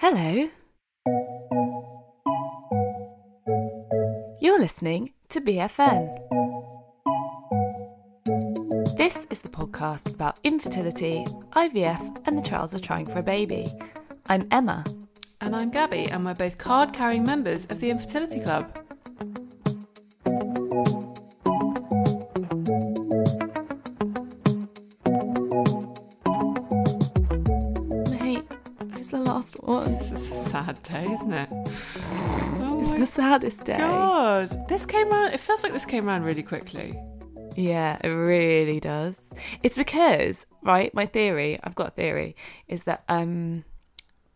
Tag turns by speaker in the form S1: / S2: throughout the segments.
S1: Hello. You're listening to BFN. This is the podcast about infertility, IVF, and the trials of trying for a baby. I'm Emma.
S2: And I'm Gabby, and we're both card carrying members of the Infertility Club.
S1: Mate, it's the last one.
S2: This is a sad day, isn't it? Oh
S1: It's
S2: my
S1: the saddest day.
S2: God, this came round. It feels like this came round really quickly.
S1: Yeah, it really does. It's because, right, my theory, I've got a theory, is that um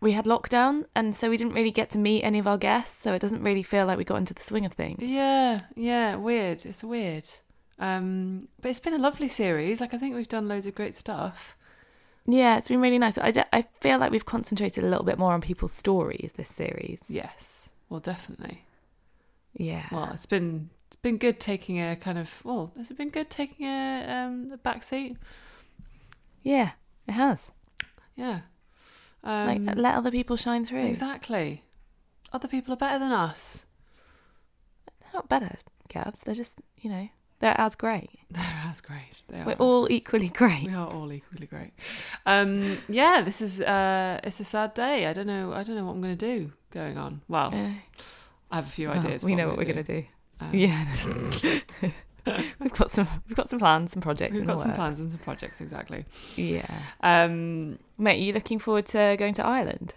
S1: we had lockdown and so we didn't really get to meet any of our guests, so it doesn't really feel like we got into the swing of things.
S2: Yeah, yeah, weird. It's weird. Um, but it's been a lovely series. Like I think we've done loads of great stuff.
S1: Yeah, it's been really nice. I, de- I feel like we've concentrated a little bit more on people's stories this series.
S2: Yes. Well, definitely.
S1: Yeah.
S2: Well, it's been it's been good taking a kind of well. Has it been good taking a um a back seat?
S1: Yeah, it has.
S2: Yeah. Um,
S1: like, let other people shine through.
S2: exactly. Other people are better than us.
S1: They're not better, Gabs. They're just, you know, they're as great.
S2: That's great. They are
S1: We're
S2: as
S1: all equally great.
S2: We are all equally great. Um, yeah, this is uh, it's a sad day. I don't know. I don't know what I'm going to do going on. Well,
S1: know.
S2: I have a few
S1: Well,
S2: ideas.
S1: we know what we're going to do.
S2: Um,
S1: yeah. no. we've got some we've got some plans, some projects
S2: We've
S1: in
S2: got
S1: the
S2: some
S1: works.
S2: plans and some projects exactly.
S1: Yeah.
S2: Um,
S1: Mate, are you looking forward to going to Ireland?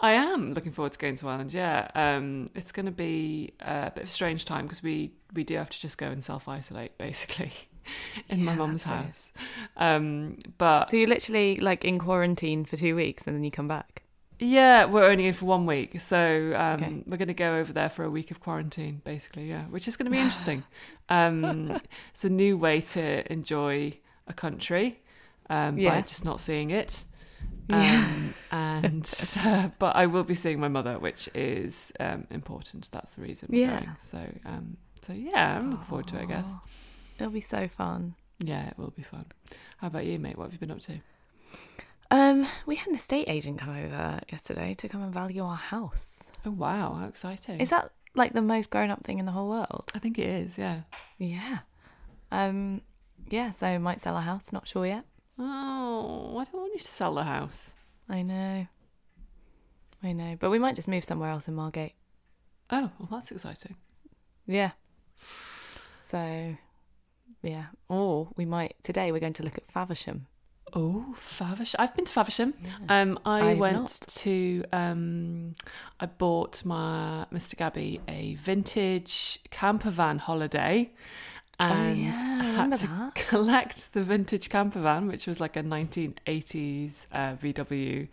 S2: I am looking forward to going to Ireland. Yeah, um, it's going to be a bit of a strange time because we we do have to just go and self isolate basically in my
S1: Yeah,
S2: mum's
S1: that's weird.
S2: house. Um, but
S1: So you're literally like in quarantine for 2 weeks and then you come back.
S2: Yeah, we're only in for one week, so um,
S1: Okay.
S2: we're going to go over there for a week of quarantine, basically. Yeah, which is going to be interesting. um, it's a new way to enjoy a country um, by
S1: Yeah.
S2: just not seeing it.
S1: Yeah.
S2: Um, and uh, but I will be seeing my mother, which is um, important. That's the reason. We're
S1: Yeah.
S2: Going. So um, so yeah, I'm looking forward to it. I guess.
S1: It'll be so fun.
S2: Yeah, it will be fun. How about you, mate? What have you been up to?
S1: Um, we had an estate agent come over yesterday to come and value our house.
S2: Oh wow, how exciting!
S1: Is that like the most grown-up thing in the whole world?
S2: I think it is. Yeah.
S1: Yeah. Um yeah, so might sell our house, not sure yet.
S2: Oh, I don't want you to sell the house.
S1: I know. I know, but we might just move somewhere else in Margate.
S2: Oh, well, that's exciting.
S1: Yeah. So, yeah. Or we might today. We're going to look at Faversham.
S2: Oh, Faversham. I've been to Faversham. Um, I,
S1: I have
S2: went
S1: not.
S2: to, um, I bought my Mr. Gabby a vintage camper van holiday. And
S1: Oh, yeah, I
S2: had
S1: remember
S2: to
S1: that.
S2: collect the vintage camper van, which was like a 1980s uh, VW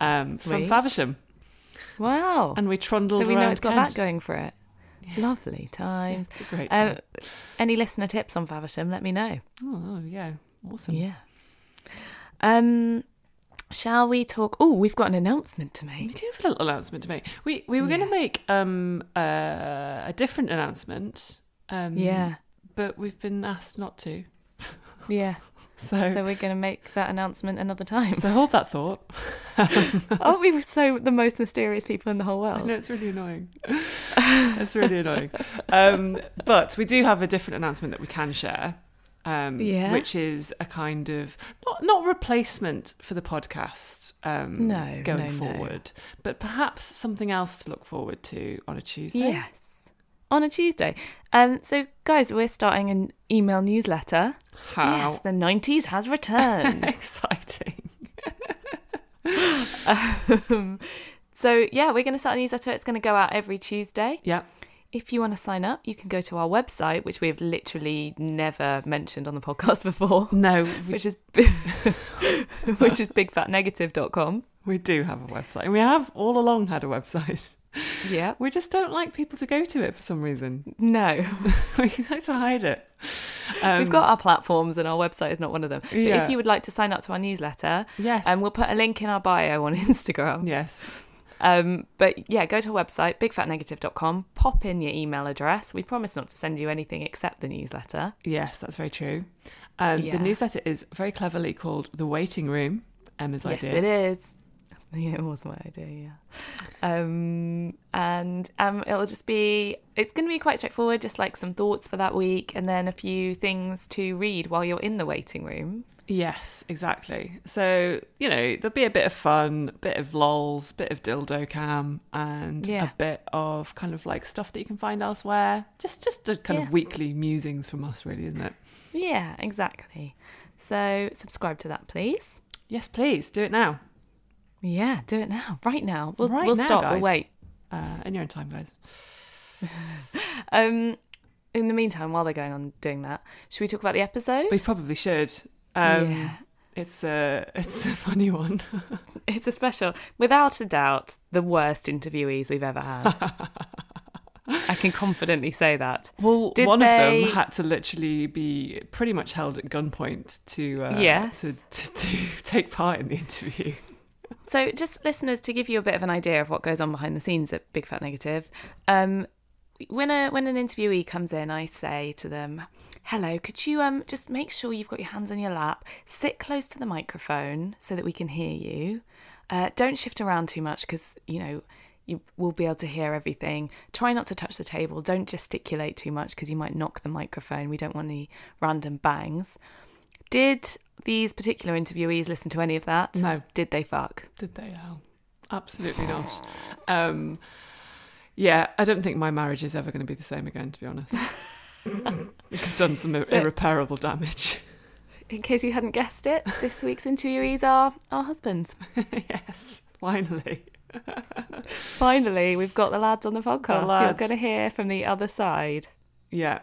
S2: um, from
S1: Sweet.
S2: Faversham.
S1: Wow.
S2: And we trundled
S1: so we
S2: around
S1: know it's got
S2: Kent.
S1: that going for it. Lovely times.
S2: It's a great
S1: Um,
S2: time.
S1: any listener tips on Faversham? Let me know.
S2: oh, yeah. Awesome.
S1: Yeah. Um, shall we talk? Oh, we've got an announcement to
S2: We
S1: make.
S2: do have a little announcement to make. We we were going
S1: Yeah.
S2: to make um uh, a different announcement. Um,
S1: Yeah.
S2: But we've been asked not to.
S1: Yeah.
S2: So,
S1: So
S2: so,
S1: we're going to make that announcement another time.
S2: hold that thought.
S1: Aren't we so the most mysterious people in the whole world?
S2: No, it's really annoying. it's really annoying. Um, but we do have a different announcement that we can share, um,
S1: Yeah.
S2: which is a kind of not not replacement for the podcast um,
S1: No,
S2: going
S1: no, no.
S2: forward, but perhaps something else to look forward to on a Tuesday.
S1: Yes. On a Tuesday. Um, so, guys, we're starting an email newsletter.
S2: How
S1: Yes, the 90s has returned.
S2: exciting!
S1: Um, so, yeah, we're going to start a newsletter. It's going to go out every Tuesday.
S2: Yeah,
S1: If you want to sign up, you can go to our website, which we've literally never mentioned on the podcast before,
S2: no, we,
S1: which is which is bigfatnegative.com.
S2: we do have a website, and we have all along had a website.
S1: Yeah.
S2: We just don't like people to go to it for some reason.
S1: No.
S2: we like to hide it. Um,
S1: We've got our platforms and our website is not one of them. But
S2: Yeah.
S1: if you would like to sign up to our newsletter,
S2: yes,
S1: and we'll put a link in our bio on Instagram.
S2: yes.
S1: Um, but yeah, go to our website, bigfatnegative.com, pop in your email address. We promise not to send you anything except the newsletter.
S2: Yes, that's very true. Um,
S1: Yeah.
S2: The newsletter is very cleverly called The Waiting Room, Emma's
S1: yes,
S2: idea.
S1: it is. Yeah, it was my idea, yeah. Um, and um, it'll just be, it's going to be quite straightforward, just like some thoughts for that week and then a few things to read while you're in the waiting room.
S2: Yes, exactly. So, you know, there'll be a bit of fun, a bit of lols, bit of dildo cam, and
S1: Yeah.
S2: a bit of kind of like stuff that you can find elsewhere. Just just a kind
S1: Yeah.
S2: of weekly musings from us, really, isn't it?
S1: Yeah, exactly. So subscribe to that, please.
S2: Yes, please, do it now.
S1: Yeah, do it now, right now. We'll,
S2: Right
S1: we'll
S2: now,
S1: stop.
S2: guys.
S1: We'll wait.
S2: Uh, in your own time, guys.
S1: Um, in the meantime, while they're going on doing that, should we talk about the episode?
S2: We probably should. Um,
S1: Yeah.
S2: It's a it's a funny one.
S1: It's a special, without a doubt, the worst interviewees we've ever had. I can confidently say that.
S2: Well,
S1: Did
S2: one of
S1: they-
S2: them had to literally be pretty much held at gunpoint to uh,
S1: Yes.
S2: to, to, to take part in the interview.
S1: So, just listeners, to give you a bit of an idea of what goes on behind the scenes at Big Fat Negative, um, when a when an interviewee comes in, I say to them, "Hello, could you um just make sure you've got your hands on your lap, sit close to the microphone so that we can hear you. Uh, don't shift around too much because you know." You will be able to hear everything. Try not to touch the table. Don't gesticulate too much because you might knock the microphone. We don't want any random bangs. Did these particular interviewees listen to any of that?
S2: No.
S1: Did they fuck?
S2: Did they? Oh. Al? Absolutely not. Um, yeah, I don't think my marriage is ever going to be the same again. To be honest, it's done some ir-
S1: So-
S2: irreparable damage.
S1: In case you hadn't guessed it, this week's interviewees are our husbands.
S2: yes, finally.
S1: Finally, we've got the lads on the podcast. You're
S2: lads.
S1: going to hear from the other side.
S2: Yeah.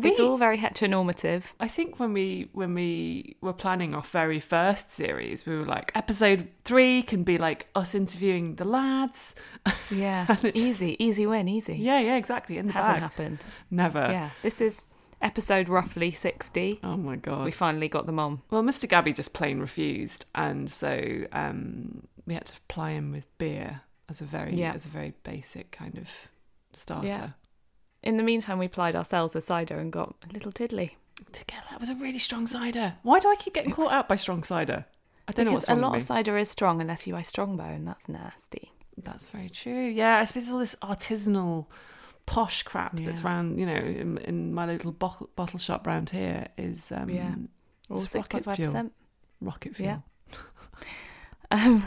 S1: It's
S2: We-
S1: all very heteronormative.
S2: I think when we when we were planning our very first series, we were like, episode three can be like us interviewing the lads.
S1: Yeah.
S2: And it just-
S1: easy, easy win, easy.
S2: Yeah, yeah, exactly. In the
S1: Hasn't
S2: bag.
S1: happened.
S2: Never.
S1: yeah. This is episode roughly 60.
S2: Oh my god.
S1: We finally got them on.
S2: well, Mr. Gabby just plain refused, and so um, we had to ply him with beer as a very
S1: Yeah.
S2: as a very basic kind of starter.
S1: In the meantime, we plied ourselves with cider and got a little tiddly.
S2: To get that was a really strong cider. Why do I keep getting caught out by strong cider? I don't know
S1: because
S2: what's
S1: a
S2: wrong
S1: lot of
S2: with me.
S1: cider is strong unless you buy Strongbone. That's nasty.
S2: That's very true. Yeah, I suppose all this artisanal, posh crap that's
S1: Yeah.
S2: round, you know, in, in my little bottle, bottle shop round here is um,
S1: Yeah. All
S2: it's rocket fuel.
S1: 6.5%.
S2: Rocket fuel.
S1: Yeah. Um,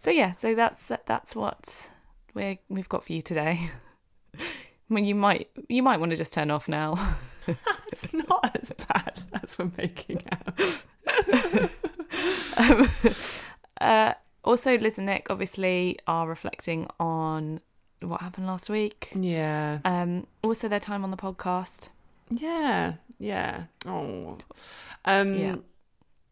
S1: so yeah, so that's that's what we we've got for you today. I mean, you might you might want to just turn off now.
S2: It's not as bad as we're making out.
S1: um, uh, also, Liz and Nick obviously are reflecting on what happened last week.
S2: Yeah.
S1: Um, also, their time on the podcast.
S2: Yeah, yeah. Oh, um,
S1: Yeah.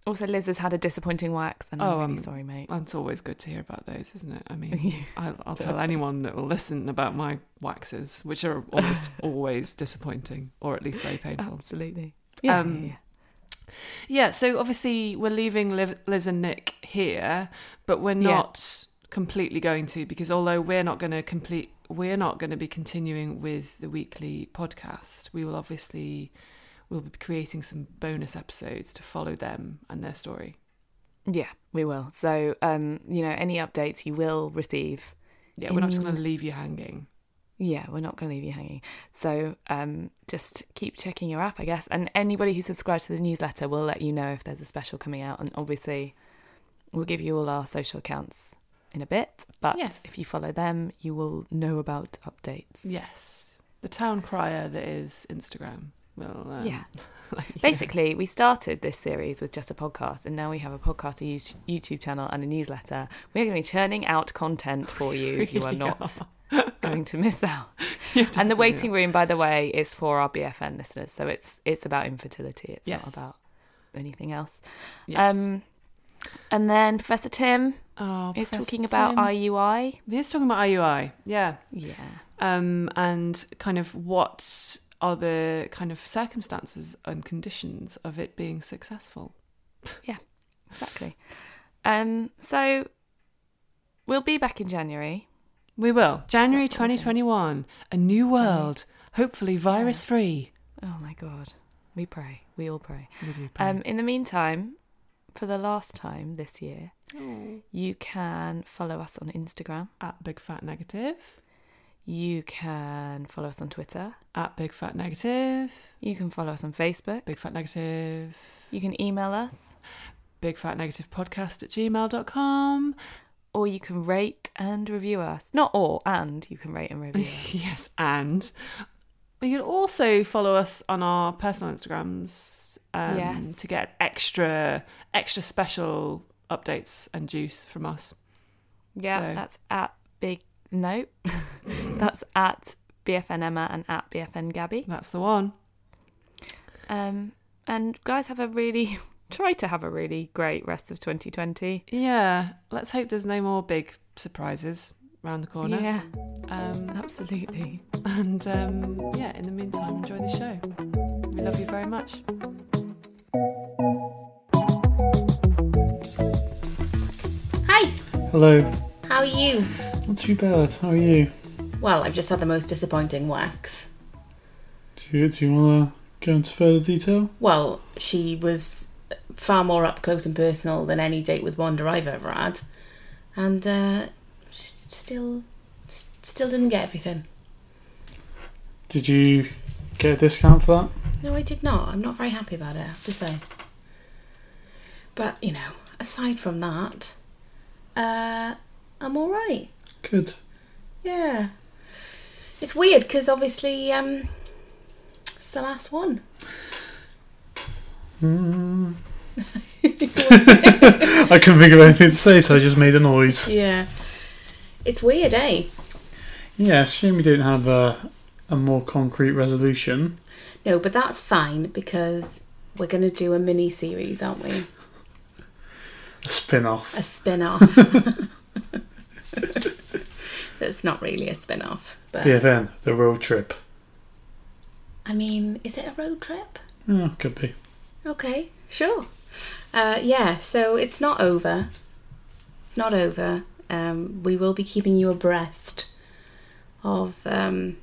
S1: Also, Liz has had a disappointing wax, and I'm
S2: Oh,
S1: really
S2: um,
S1: sorry, mate.
S2: It's always good to hear about those, isn't it? I mean, I'll, I'll tell anyone that will listen about my waxes, which are almost always disappointing, or at least very painful.
S1: Absolutely. Yeah,
S2: Um,
S1: yeah,
S2: Yeah. So obviously we're leaving Liv- Liz and Nick here, but we're
S1: Yeah.
S2: not completely going to because although we're not going to complete, we're not going to be continuing with the weekly podcast. We will obviously we'll be creating some bonus episodes to follow them and their story.
S1: Yeah, we will. So, um, you know, any updates you will receive.
S2: Yeah, we're not just going to leave you hanging.
S1: Yeah, we're not going to leave you hanging. So, um, just keep checking your app, I guess. And anybody who subscribes to the newsletter will let you know if there's a special coming out. And obviously, we'll give you all our social accounts in a bit. But
S2: Yes.
S1: if you follow them, you will know about updates.
S2: Yes, the town crier that is Instagram. Well, um,
S1: Yeah.
S2: like, you know.
S1: Basically, we started this series with just a podcast, and now we have a podcast, a Yous- YouTube channel, and a newsletter. We're going to be churning out content for you. you are
S2: really
S1: not going to miss out.
S2: Yeah,
S1: and the
S2: definitely
S1: waiting room, by the way, is for our BFN listeners. So it's it's about infertility. It's
S2: Yes.
S1: not about anything else.
S2: Yes.
S1: Um, and then Professor Tim
S2: Oh,
S1: is
S2: Professor
S1: talking about
S2: Tim.
S1: IUI.
S2: He's talking about IUI. Yeah.
S1: Yeah.
S2: um, and kind of what are the kind of circumstances and conditions of it being successful.
S1: Yeah. Exactly. Um, so we'll be back in January.
S2: We will. January
S1: That's amazing.
S2: 2021, a new world, hopefully virus free.
S1: Oh my God. We pray. We all pray.
S2: We do pray.
S1: Um, in the meantime, for the last time this year, you can follow us on Instagram.
S2: at Big Fat Negative,
S1: You can follow us on Twitter.
S2: at Big Fat Negative,
S1: You can follow us on Facebook.
S2: Big Fat Negative,
S1: You can email us
S2: Big Fat Negative Podcast at gmail.com.
S1: or you can rate and review us. Not or, and you can rate and review us.
S2: Yes, and you can also follow us on our personal Instagrams um,
S1: Yes.
S2: to get extra extra special updates and juice from us.
S1: Yeah,
S2: So-
S1: that's at big no. that's at BFN Emma and at BFN Gabby.
S2: That's the one.
S1: Um, and guys have a really try to have a really great rest of 2020.
S2: Yeah, let's hope there's no more big surprises around the corner.
S1: Yeah,
S2: Um,
S1: absolutely.
S2: and um, yeah, in the meantime, enjoy the show. We love you very much.
S3: Hi,
S4: Hello.
S3: how are you?
S4: Not too bad. How are you?
S3: Well, I've just had the most disappointing wax.
S4: Do you, do you want to go into further detail?
S3: Well, she was far more up close and personal than any date with Wanda I've ever had, and uh, she still, s- still didn't get everything.
S4: Did you get a discount for
S3: No, I did not. I'm not very happy about it, I have to say. But you know, aside from that, uh, I'm all right.
S4: that? Good.
S3: Yeah, it's weird because obviously, um, it's the last one.
S4: Mm. I couldn't think of anything to say, so I just made a noise.
S3: Yeah, it's weird, eh?
S4: Yeah, it's a shame we didn't have a, a more concrete resolution.
S3: No, but that's fine because we're going to do a mini series, aren't we?
S4: A spin off.
S3: A spin off. That's not really a spin off, but
S4: BFN, the road trip.
S3: I mean, is it a road trip?
S4: Oh, could be.
S3: Okay, sure. Uh, yeah, so it's not over. It's not over. Um, we will be keeping you abreast of um,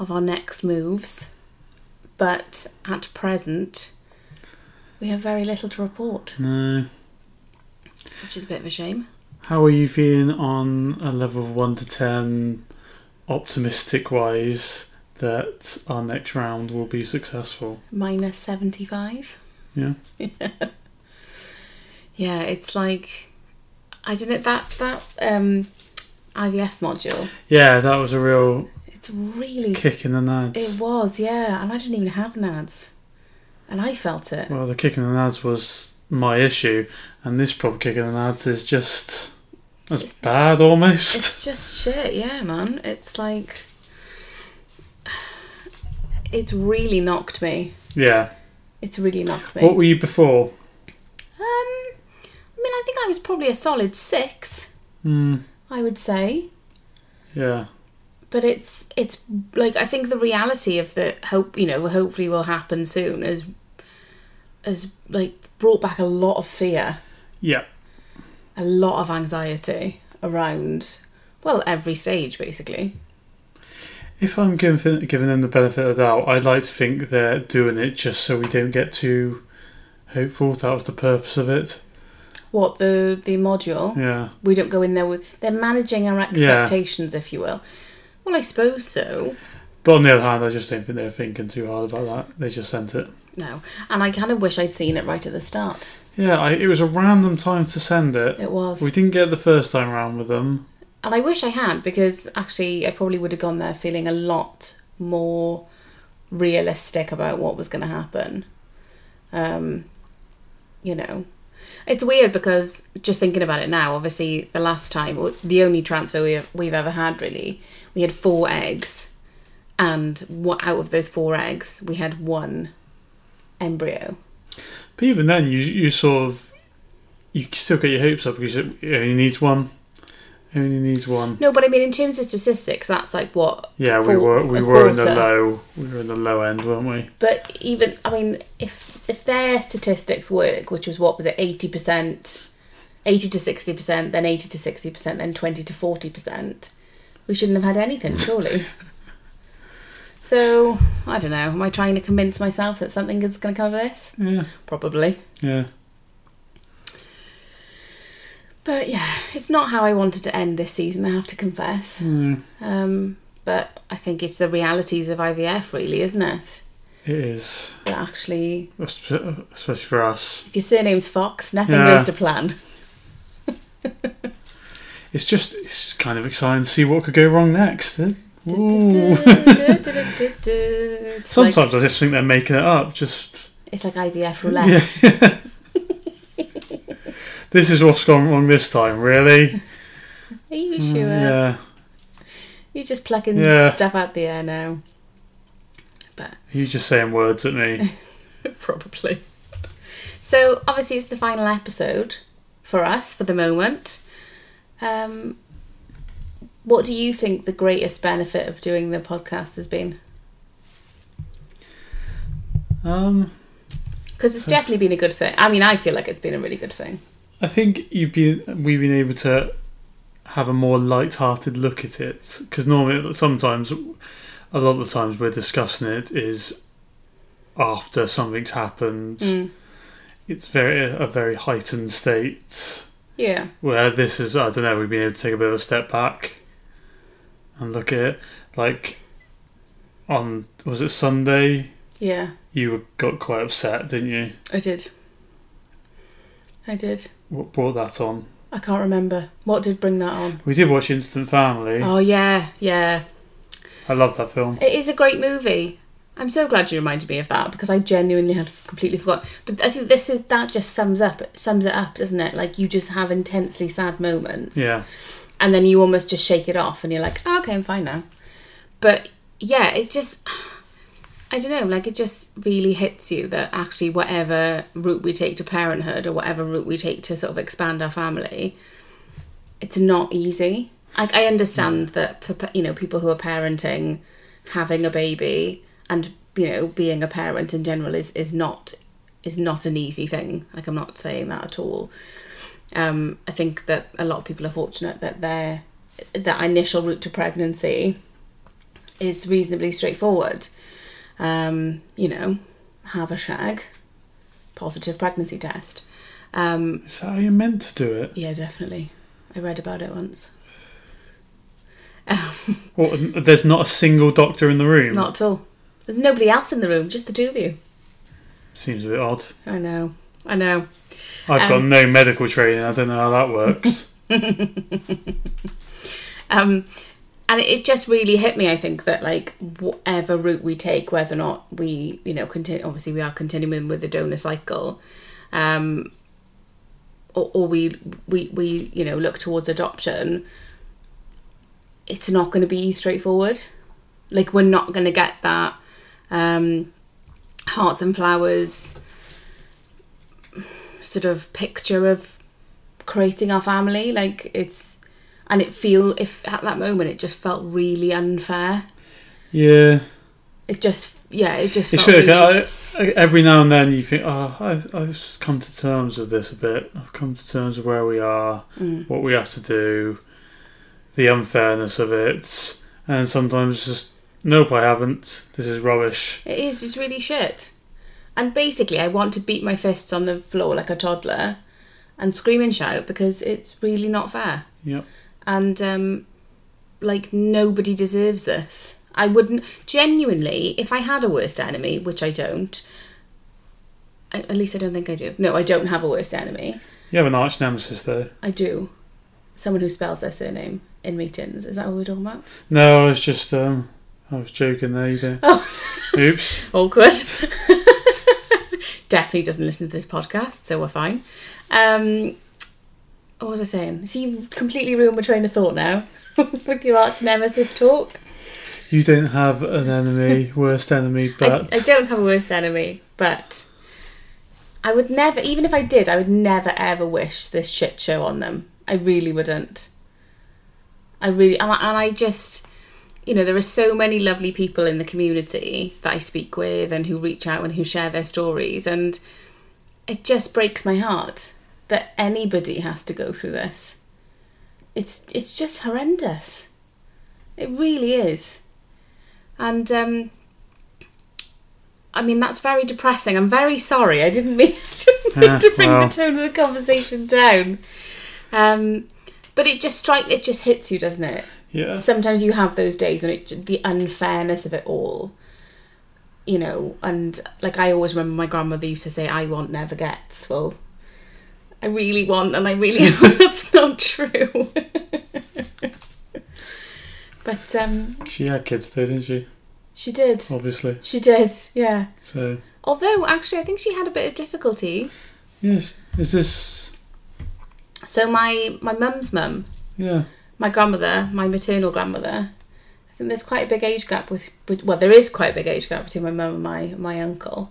S3: of our next moves, but at present, we have very little to report,
S4: No.
S3: which is a bit of a shame.
S4: How are you feeling on a level of 1 to 10, optimistic wise, that our next round will be successful?
S3: minus 75
S4: Yeah?
S3: yeah it's like i don't know that that um ivf module
S4: Yeah, that was a real
S3: it's really
S4: kick in the nads.
S3: it was yeah and i didn't even have nads and i felt it
S4: Well, the kicking the nads was my issue, and this proper kicking the nads is just as
S3: just-
S4: bad almost.
S3: it's just shit yeah man it's like it's really knocked me
S4: Yeah.
S3: it's really knocked me
S4: What were you before?
S3: um i mean i think i was probably a solid six
S4: Hmm.
S3: i would say
S4: Yeah.
S3: but it's it's like I think the reality of the hope you know hopefully will happen soon is has like brought back a lot of fear,
S4: Yeah.
S3: a lot of anxiety around well every stage basically.
S4: If I'm giving giving them the benefit of the doubt, I'd like to think they're doing it just so we don't get too hopeful. That was the purpose of it.
S3: What the the module?
S4: Yeah.
S3: We don't go in there with they're managing our
S4: Yeah.
S3: expectations, if you will. Well, I suppose so.
S4: But on the other hand, I just don't think they're thinking too hard about that. They just sent it.
S3: No, and I kind of wish I'd seen it right at the start.
S4: Yeah, I, it was a random time to send it.
S3: It was.
S4: We didn't get it the first time round with them.
S3: And I wish I had because actually I probably would have gone there feeling a lot more realistic about what was going to happen. Um, you know, it's weird because just thinking about it now, obviously the last time, or the only transfer we've we've ever had really, we had four eggs, and what out of those four eggs we had one embryo.
S4: But even then, you you sort of you still get your hopes up because it only needs one. It only needs one.
S3: No, but I mean in terms of statistics, that's like what
S4: Yeah, we
S3: four-
S4: were we
S3: a
S4: were in the
S3: quarter.
S4: low we were in the low end, weren't we?
S3: But even I mean, if if their statistics work, which was what was it, eighty percent, eighty to sixty percent, then eighty to sixty percent, then twenty to forty percent, we shouldn't have had anything, surely. so I don't know. Am I trying to convince myself that something is going to come of this?
S4: Yeah,
S3: Probably.
S4: yeah.
S3: But yeah, it's not how I wanted to end this season. I have to confess.
S4: No,
S3: Um, but I think it's the realities of IVF, really, isn't it?
S4: it is,
S3: But actually,
S4: espe- especially for us.
S3: if your surname's Fox, nothing
S4: Yeah.
S3: goes to plan.
S4: It's just it's kind of exciting to see what could go wrong next. eh? Ooh.
S3: it's
S4: Sometimes
S3: Like,
S4: I just think they're making it up. Just
S3: it's like IVF roulette.
S4: Yeah. this is what's gone wrong this time, really. Mm,
S3: Are you sure?
S4: Yeah,
S3: You're just plucking
S4: Yeah.
S3: stuff out the air now. But
S4: you just saying words at me.
S3: probably. So obviously it's the final episode for us for the moment. Um, what do you think the greatest benefit of doing the podcast has been?
S4: Um, uh,
S3: Because it's definitely been a good thing. I mean, I feel like it's been a really good thing.
S4: I think you've been we've been able to have a more light-hearted look at it because normally sometimes a lot of the times we're discussing it is after something's happened. It's very a very heightened state
S3: Yeah.
S4: where this is I don't know we've been able to take a bit of a step back and look at it like on was it Sunday
S3: Yeah.
S4: you were- got quite upset didn't you
S3: I did. I did.
S4: what brought that on
S3: I can't remember. What did bring that on?
S4: we did watch Instant Family
S3: Oh yeah, yeah.
S4: I love that film
S3: It is a great movie. I'm so glad you reminded me of that because I genuinely had completely forgot. But I think this is that just sums up sums it up, doesn't it? Like you just have intensely sad moments,
S4: yeah
S3: and then you almost just shake it off, and you're like, oh, okay, I'm fine now. But yeah, it just I don't know, like it just really hits you that actually whatever route we take to parenthood or whatever route we take to sort of expand our family, it's not easy. Like I understand that for pa- you know people who are parenting, having a baby and you know being a parent in general is is not is not an easy thing. Like I'm not saying that at all. Um, I think that a lot of people are fortunate that their that initial route to pregnancy is reasonably straightforward um, you know, have a shag, positive pregnancy test. Um,
S4: is that how you're meant to do it
S3: yeah, definitely. I read about it once.
S4: well there's not a single doctor in the room
S3: Not at all. There's nobody else in the room, just the two of you.
S4: seems a bit odd
S3: I know. I know.
S4: I've got no medical training I don't know how that works
S3: um, and it- it just really hit me. I think that like whatever route we take, whether or not we, you know, continue. Obviously, we are continuing with the donor cycle, um, or, or we we we you know look towards adoption. It's not going to be straightforward. Like we're not going to get that um, hearts and flowers sort of picture of creating our family. Like it's and it feel if at that moment it just felt really unfair.
S4: yeah
S3: It just yeah, it just
S4: It's
S3: felt
S4: true.
S3: really-
S4: I, I, every now and then you think, oh, I've, I've just come to terms with this a bit. I've come to terms with where we are, what we have to do, the unfairness of it, and sometimes just Nope, I haven't. This is rubbish.
S3: It is. It's really shit. And basically, I want to beat my fists on the floor like a toddler and scream and shout because it's really not fair.
S4: Yep.
S3: And, um, like, nobody deserves this. I wouldn't, genuinely, if I had a worst enemy, which I don't, a- at least I don't think I do. No, I don't have a worst enemy.
S4: You have an arch nemesis though.
S3: I do. Someone who spells their surname in meetings. Is that what we're talking about?
S4: No, I was just um, I was joking there. You do. Oops.
S3: awkward. Definitely doesn't listen to this podcast, so we're fine. Um, what was I saying? So you've completely ruined my train of thought now with your arch nemesis talk.
S4: You don't have an enemy, worst enemy, but
S3: I, I don't have a worst enemy, but I would never, even if I did, I would never ever wish this shit show on them. I really wouldn't. I really, and I, and I just, you know, there are so many lovely people in the community that I speak with and who reach out and who share their stories, and it just breaks my heart that anybody has to go through this. It's it's just horrendous. It really is. And um, I mean, that's very depressing. I'm very sorry. I didn't mean, I didn't mean
S4: Ah,
S3: to bring
S4: well.
S3: the tone of the conversation down. Um, but it just strike it just hits you, doesn't it?
S4: yeah.
S3: Sometimes you have those days when it the unfairness of it all. You know, and like I always remember my grandmother used to say, "I want never gets." Well, I really want, and I really hope that's not true. but um,
S4: She had kids though, didn't she?
S3: she did.
S4: Obviously.
S3: She did. Yeah.
S4: So
S3: Although, actually, I think she had a bit of difficulty.
S4: yes, is this?
S3: So my my mum's mum,
S4: Yeah.
S3: my grandmother, my maternal grandmother. I think there's quite a big age gap with, with well, there is quite a big age gap between my mum and my my uncle.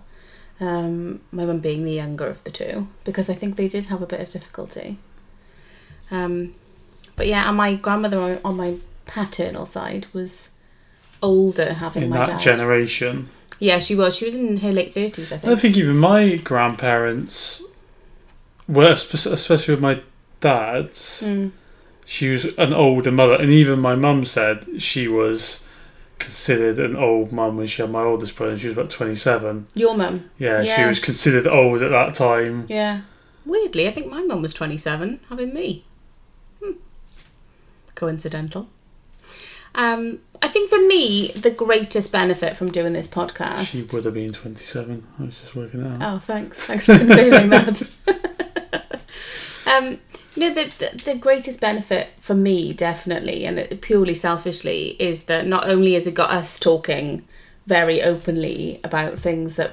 S3: Um, my mum being the younger of the two, because I think they did have a bit of difficulty. Um, but yeah, and my grandmother on, on my paternal side was older, having
S4: In
S3: my
S4: that
S3: dad.
S4: generation,
S3: yeah, she was. She was in her late thirties, I
S4: I don't
S3: think.
S4: think even my grandparents were, espe- especially with my dad's.
S3: Mm.
S4: She was an older mother, and even my mum said she was considered an old mum when she had my oldest brother. And she was about twenty-seven.
S3: Your mum,
S4: Yeah, she
S3: Yeah.
S4: was considered old at that time.
S3: yeah. Weirdly, I think my mum was twenty-seven, having me. Hmm. coincidental. Um, I think for me, the greatest benefit from doing this podcast.
S4: She would have been twenty-seven. I was just working it out.
S3: Oh, thanks. Thanks for confirming that. um, no, the, the the greatest benefit for me, definitely, and it- purely selfishly, is that not only has it got us talking very openly about things that.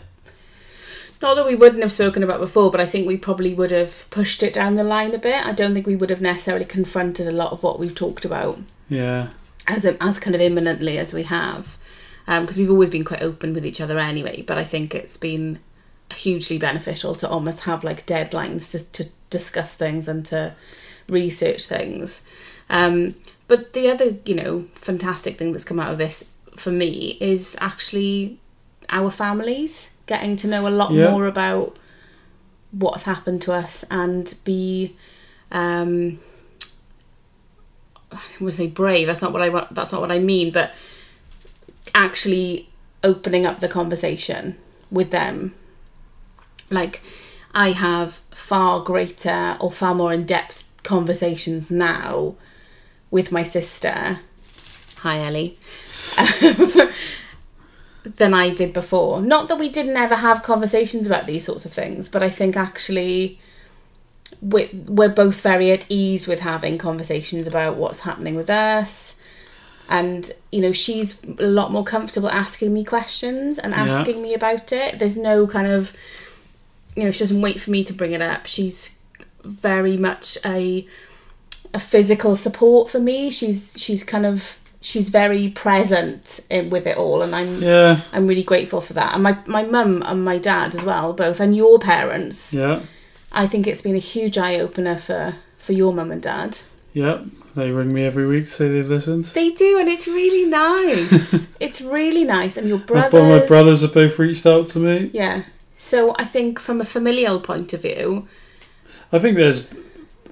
S3: Not that we wouldn't have spoken about before, but I think we probably would have pushed it down the line a bit. I don't think we would have necessarily confronted a lot of what we've talked about
S4: Yeah.
S3: as as kind of imminently as we have, because Um, we've always been quite open with each other anyway. But I think it's been hugely beneficial to almost have like deadlines to, to discuss things and to research things. Um, but the other, you know, fantastic thing that's come out of this for me is actually our families getting to know a lot
S4: Yeah.
S3: more about what's happened to us and be um I would say brave. That's not what I want. That's not what I mean. But actually opening up the conversation with them, like I have far greater or far more in depth conversations now with my sister. Hi, Ellie. than I did before. Not that we didn't ever have conversations about these sorts of things, but I think actually we're, we're both very at ease with having conversations about what's happening with us. And, you know, she's a lot more comfortable asking me questions and
S4: Yeah.
S3: asking me about it. There's no kind of, you know, she doesn't wait for me to bring it up. She's very much a a physical support for me. She's she's kind of she's very present in, with it all, and I'm
S4: Yeah.
S3: I'm really grateful for that. And my my mum and my dad as well, both, and your parents.
S4: Yeah.
S3: I think it's been a huge eye opener for for your mum and dad.
S4: Yep, they ring me every week, say they've listened.
S3: They do, and it's really nice. it's really nice, and your
S4: My
S3: brothers.
S4: bro- My, brothers have both reached out to me.
S3: Yeah. So I think from a familial point of view,
S4: I think there's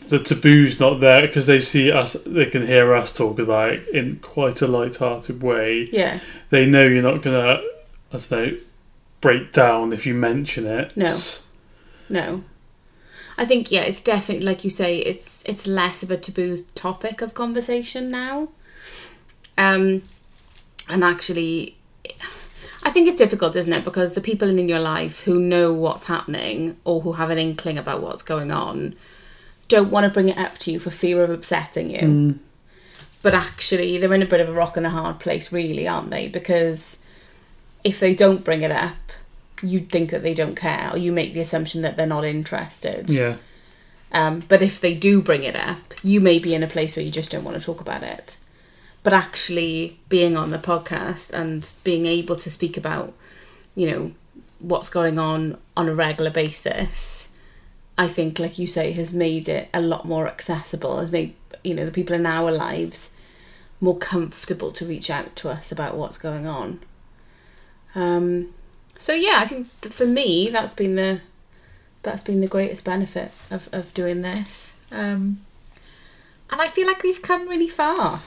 S4: the taboo's not there because they see us, they can hear us talk about it in quite a light-hearted way.
S3: Yeah.
S4: They know you're not gonna, I don't know, break down if you mention it.
S3: No.
S4: S-
S3: No. I think yeah, it's definitely like you say, it's it's less of a taboo topic of conversation now. Um and actually I think it's difficult, isn't it? Because the people in your life who know what's happening or who have an inkling about what's going on don't want to bring it up to you for fear of upsetting you.
S4: mm,
S3: But actually, they're in a bit of a rock and a hard place, really, aren't they? Because if they don't bring it up, you'd think that they don't care, or you make the assumption that they're not interested.
S4: Yeah.
S3: Um, but if they do bring it up, you may be in a place where you just don't want to talk about it. But actually, being on the podcast and being able to speak about, you know, what's going on on a regular basis, I think, like you say, has made it a lot more accessible. Has made you know the people in our lives more comfortable to reach out to us about what's going on. Um, so yeah, I think th- for me, that's been the that's been the greatest benefit of, of doing this. Um, and I feel like we've come really far.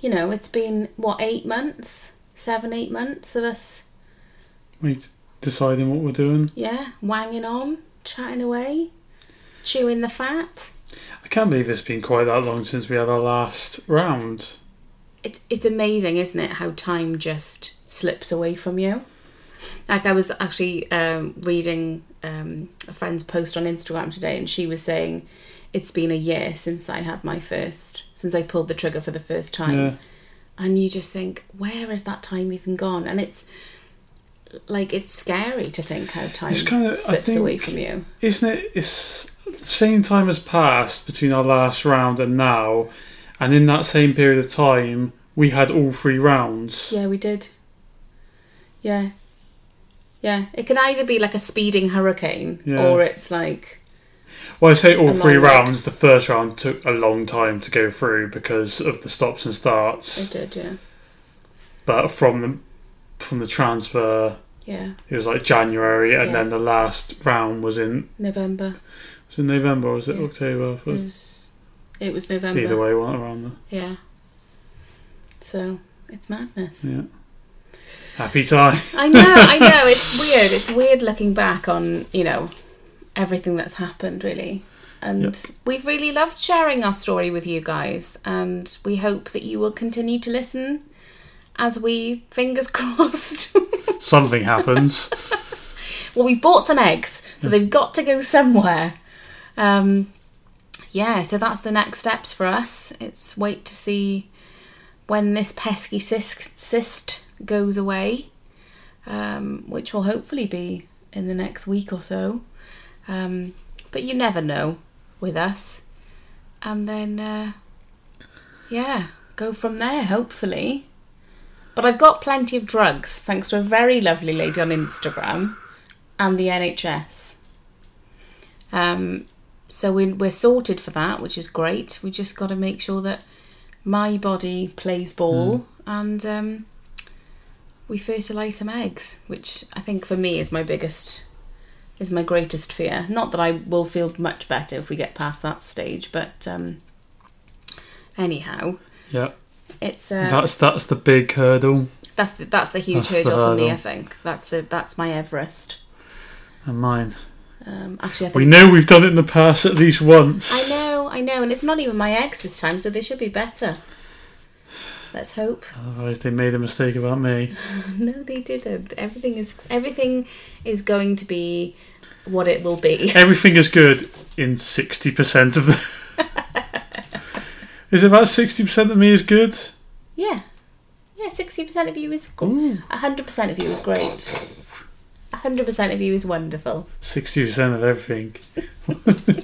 S3: You know, it's been what eight months, seven, eight months of us,
S4: We d- deciding what we're doing.
S3: yeah, wanging on, chatting away, chewing the fat.
S4: I can't believe it's been quite that long since we had our last round.
S3: it's it's amazing, isn't it? How time just slips away from you. Like I was actually um, reading um, a friend's post on Instagram today, and she was saying it's been a year since I had my first, since I pulled the trigger for the first time,
S4: Yeah.
S3: and you just think, where has that time even gone? And it's like it's scary to think how time
S4: It's kind of. I
S3: slips
S4: think,
S3: away from you.
S4: Isn't it? It's the same time has passed between our last round and now, and in that same period of time, we had all three rounds.
S3: Yeah, we did. Yeah. Yeah. It can either be like a speeding hurricane
S4: Yeah.
S3: or it's like
S4: Well, I say all
S3: A
S4: three
S3: long round.
S4: rounds. The first round took a long time to go through because of the stops and
S3: it
S4: starts.
S3: did, yeah.
S4: But from the from the transfer,
S3: Yeah.
S4: it was like January, and
S3: Yeah.
S4: then the last round was in
S3: November.
S4: was it November or was it
S3: Yeah.
S4: October?
S3: It was it was November.
S4: Either way, one around there.
S3: Yeah. So it's madness.
S4: Yeah. Happy time.
S3: I know, I know, it's weird. It's weird looking back on, you know, everything that's happened really. And
S4: Yep.
S3: we've really loved sharing our story with you guys and we hope that you will continue to listen as we fingers crossed
S4: Something happens.
S3: Well, we've bought some eggs, so they've got to go somewhere. Um, yeah, so that's the next steps for us. It's wait to see when this pesky cyst, cyst goes away, um, which will hopefully be in the next week or so. Um, but you never know with us. And then, uh, yeah, go from there, hopefully. But I've got plenty of drugs, thanks to a very lovely lady on Instagram and the NHS. Um, so we, we're sorted for that, which is great. We just got to make sure that my body plays ball and um, we fertilise some eggs, which I think for me is my biggest, is my greatest fear. Not that I will feel much better if we get past that stage, but um, anyhow,
S4: yeah.
S3: it's uh,
S4: That's that's the big hurdle,
S3: that's the, that's the huge
S4: That's the
S3: hurdle for me.
S4: hurdle.
S3: I think that's the that's my Everest.
S4: and mine.
S3: Um, actually, I think
S4: We know we've done it in the past at least once.
S3: I know, I know, and it's not even my eggs this time, so they should be better. Let's hope.
S4: Otherwise, they made a mistake about me.
S3: No, they didn't. Everything is everything is going to be what it will be.
S4: Everything is good in sixty percent of the. is it about sixty percent of me is good?
S3: Yeah, yeah. Sixty percent of you is hundred percent of you is great. hundred percent of you is wonderful.
S4: Sixty percent of everything.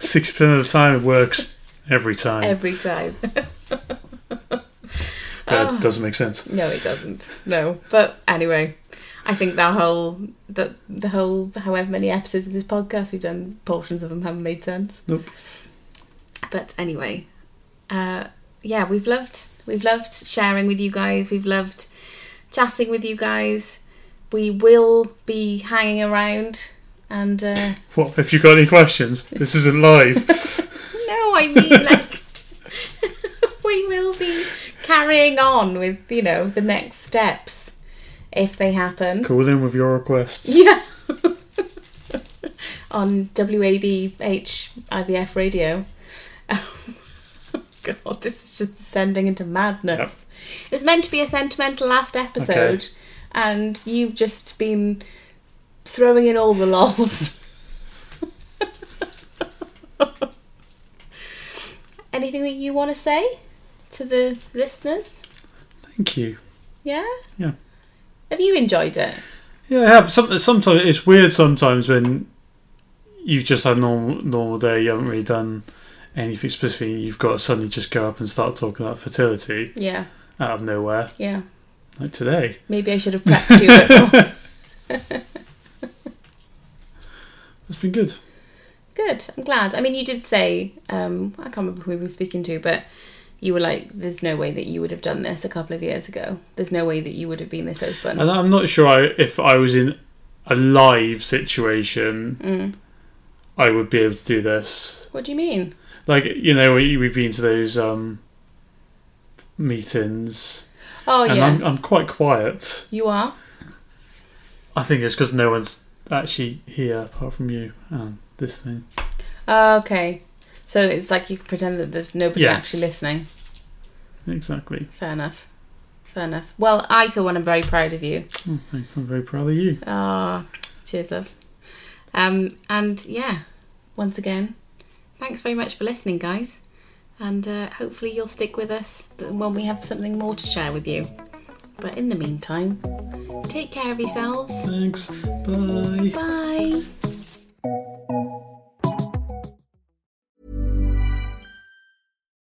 S4: Six percent of the time it works every time.
S3: Every time. Ah.
S4: That doesn't make sense.
S3: No, it doesn't. No, but anyway, I think that whole that the whole however many episodes of this podcast we've done, portions of them haven't made sense.
S4: Nope.
S3: But anyway, uh, yeah, we've loved we've loved sharing with you guys. We've loved chatting with you guys. We will be hanging around And uh,
S4: What? If you've got any questions, this isn't live.
S3: no, I mean like we will be carrying on with you know the next steps if they happen.
S4: Call in with your requests.
S3: Yeah. On WABH IBF radio. Um, God, this is just descending into madness. It was meant to be a sentimental last episode, and you've just been throwing in all the lols. Anything that you want to say to the listeners?
S4: Thank you.
S3: Yeah?
S4: Yeah.
S3: Have you enjoyed it?
S4: Yeah, I have. Some, sometimes it's weird. Sometimes when you've just had a normal normal day, you haven't really done anything specific. You've got to suddenly just go up and start talking about fertility
S3: Yeah,
S4: out of nowhere,
S3: yeah.
S4: like today.
S3: Maybe I should have prepped you a bit more.
S4: It's been good.
S3: Good. I'm glad. I mean, you did say um, I can't remember who we were speaking to, but you were like, "There's no way that you would have done this a couple of years ago. There's no way that you would have been this open."
S4: And I'm not sure I, if I was in a live situation, I would be able to do this.
S3: Mm. What do you mean?
S4: Like you know, we, we've been to those um, meetings,
S3: Oh
S4: and
S3: yeah,
S4: I'm I'm quite quiet.
S3: you are.
S4: I think it's because no one's actually here apart from you and this thing.
S3: Ah, okay, so it's like you can pretend that there's nobody
S4: Yeah.
S3: actually listening.
S4: Exactly.
S3: Fair enough. Fair enough. Well, I for one am very proud of you.
S4: Oh, thanks. I'm very proud of you.
S3: Ah, cheers, love. Um, and yeah, once again, thanks very much for listening, guys. And uh, hopefully you'll stick with us th- when we have something more to share with you. But in the meantime, take care of yourselves.
S4: Thanks. Bye.
S3: Bye.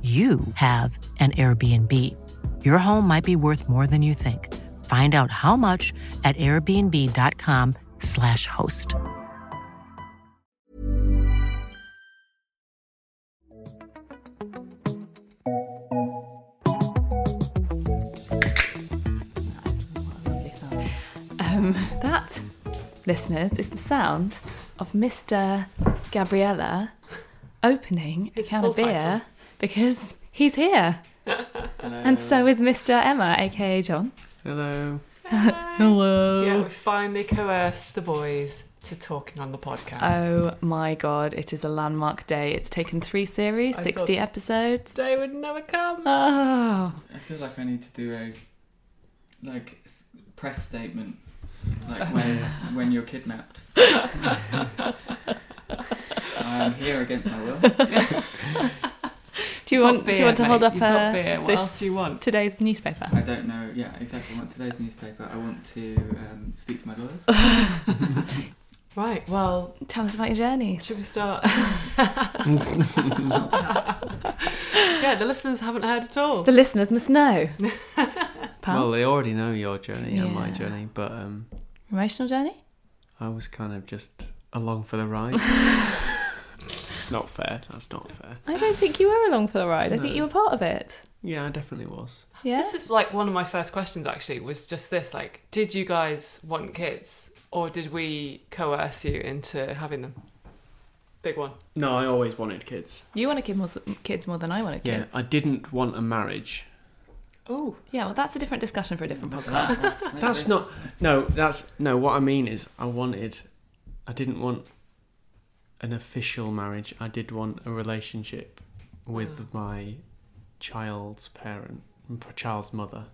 S5: you have an Airbnb. Your home might be worth more than you think. Find out how much at airbnb.com/slash host.
S1: Um, that, listeners, is the sound of Mr. Gabriella opening a
S2: His
S1: can
S2: full
S1: of beer
S2: title.
S1: because he's here. And so is Mr. Emma, aka John.
S2: Hello.
S1: Hello.
S2: Yeah, we finally coerced the boys to talking on the podcast.
S1: Oh my god, it is a landmark day. It's taken three series,
S2: I
S1: 60
S2: thought-
S1: episodes.
S2: Today would never come.
S1: Oh,
S6: I feel like I need to do a like s- press statement, like when when you're kidnapped. I'm here against my will.
S1: do you want do you
S2: beer,
S1: want to hold
S2: mate.
S1: up
S2: You've
S1: uh,
S2: got beer. What
S1: this
S2: else do you want?
S1: today's newspaper?
S6: I don't know. Yeah, exactly. I want today's newspaper. I want to um, speak to my lawyers.
S2: Right, well,
S1: Tell us about your journeys.
S2: should we start? Yeah, the listeners haven't heard at all.
S1: The listeners must know. Pam?
S7: Well, they already know your journey and my
S1: Yeah.
S7: journey, but um,
S1: Emotional journey?
S7: I was kind of just along for the ride. it's not fair. That's not fair.
S1: I don't think you were along for the ride. I think you were part of it.
S7: Yeah, I definitely was.
S1: Yeah.
S2: This is like one of my first questions actually was just this like, did you guys want kids or did we coerce you into having them? Big one.
S7: No, I always wanted kids.
S1: you want to kid more, kids more than I want to
S7: Yeah,
S1: kids.
S7: I didn't want a marriage.
S2: Oh,
S1: Yeah, well, that's a different discussion for a different podcast.
S7: That's not. No, that's no. What I mean is, I wanted. I didn't want an official marriage. I did want a relationship with my child's parent, child's mother.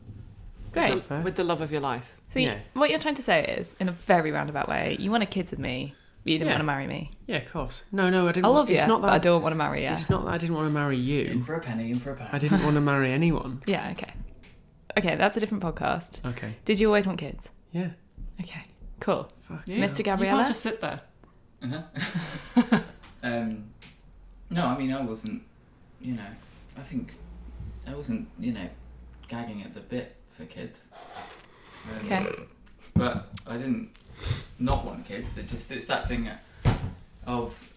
S1: Great.
S7: Is that fair?
S2: with the love of your life.
S1: So, you-
S7: Yeah.
S1: what you're trying to say is, in a very roundabout way, you want a kids with me, but you didn't
S7: Yeah.
S1: want to marry me.
S7: Yeah, of course. No, no, I didn't.
S1: I
S7: want-
S1: love you,
S7: It's not that
S1: but I don't want to marry you.
S7: It's not that I didn't want to marry
S6: In
S7: you.
S6: for a penny, in for a pound.
S7: I didn't want to marry anyone.
S1: Yeah, okay. Okay, that's a different podcast.
S7: Okay.
S1: Did you always want kids?
S7: Yeah.
S1: Okay, cool.
S7: Fuck.
S1: Mr.
S2: You
S1: Gabriella?
S2: can't just sit there.
S6: Um, no, I mean I wasn't. You know, I think I wasn't. You know, gagging at the bit for kids. Um,
S1: Okay.
S6: But I didn't not want kids. It just it's that thing of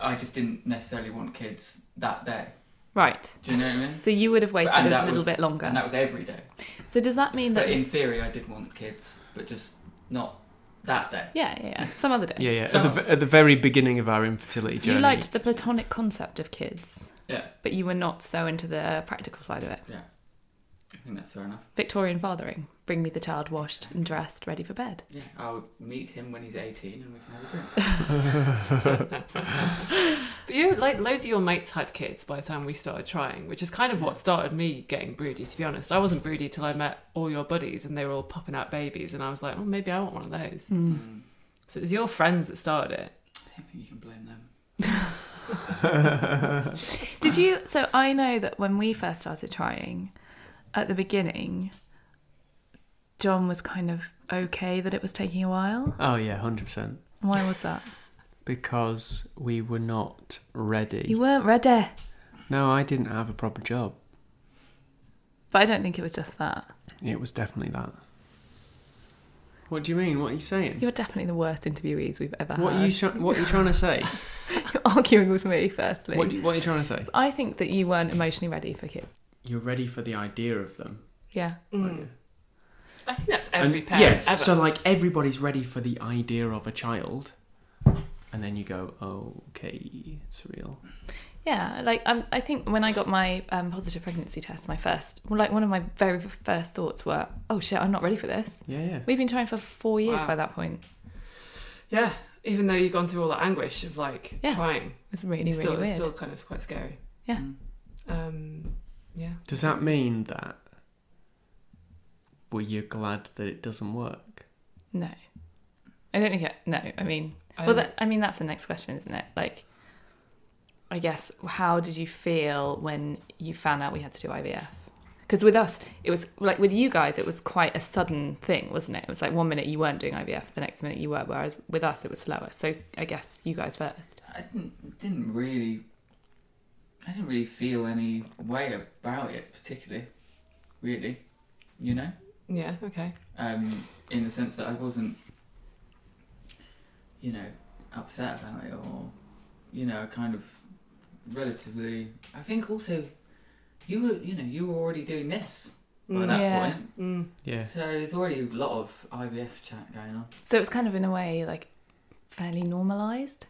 S6: I just didn't necessarily want kids that day.
S1: Right.
S6: Do you know what I mean?
S1: So, you would have waited
S6: And
S1: a
S6: that
S1: little
S6: was-
S1: bit longer.
S6: And that was every day.
S1: So, does that mean that.
S6: But in theory, I did want kids, but just not that day.
S1: yeah, yeah, yeah. Some other day.
S7: Yeah, yeah.
S6: So-
S7: at, the, v- at the very beginning of our infertility journey.
S1: You liked the platonic concept of kids,
S6: Yeah,
S1: but you were not so into the practical side of it.
S6: yeah. I think that's fair enough.
S1: Victorian fathering. Bring me the child washed and dressed, ready for bed.
S6: Yeah, I'll meet him when he's 18 and we can have a drink.
S7: Oh,
S2: But you like loads of your mates had kids by the time we started trying, which is kind of what started me getting broody. To be honest, I wasn't broody till I met all your buddies and they were all popping out babies, and I was like, oh, maybe I want one of those.
S7: Hmm.
S2: So it was your friends that started it.
S6: I don't think you can blame them.
S1: Did you? So I know that when we first started trying, at the beginning, John was kind of okay that it was taking a while.
S7: Oh yeah, hundred percent.
S1: Why was that?
S7: Because we were not ready.
S1: You weren't ready.
S7: No, I didn't have a proper job.
S1: But I don't think it was just that.
S7: It was definitely that. What do you mean? What are you saying?
S1: You're definitely the worst interviewees we've ever
S7: What
S1: had.
S7: are you? Tra- what are you trying to say?
S1: You're arguing with me, firstly.
S7: what, what are you trying to say?
S1: I think that you weren't emotionally ready for kids.
S7: You're ready for the idea of them.
S1: Yeah.
S2: Mm. I think that's every
S7: And-
S2: parent
S7: yeah.
S2: ever.
S7: So like everybody's ready for the idea of a child, and then you go, okay, it's real.
S1: Yeah, like um, I think when I got my um, positive pregnancy test, my first, well, like one of my very first thoughts were, "Oh shit, I'm not ready for this."
S7: Yeah, yeah.
S1: We've been trying for four years
S2: Wow.
S1: by that point.
S2: Yeah, even though you've gone through all that anguish of like
S1: Yeah.
S2: trying,
S1: It's really,
S2: still,
S1: really
S2: it's
S1: weird.
S2: still kind of quite scary.
S1: Yeah.
S2: Mm. Um, yeah.
S7: Does that mean that were you glad that it doesn't work?
S1: No, I don't think. I, no, I mean,
S2: I
S1: well,
S2: don't-
S1: that, I mean that's the next question, isn't it? Like, I guess how did you feel when you found out we had to do IVF? Because with us, it was like with you guys, it was quite a sudden thing, wasn't it? It was like one minute you weren't doing IVF, the next minute you were. Whereas with us, it was slower. So I guess you guys first.
S6: I didn't, didn't really. I didn't really feel any way about it particularly, really, you know,
S2: Yeah, okay.
S6: um, in the sense that I wasn't, you know, upset about it or, you know, kind of relatively. I think also, you were, you know, you were already doing this by that
S1: Yeah.
S6: point,
S2: Mm.
S7: Yeah.
S6: so there's already a lot of IVF chat going on.
S1: So it was kind of in a way like fairly normalized.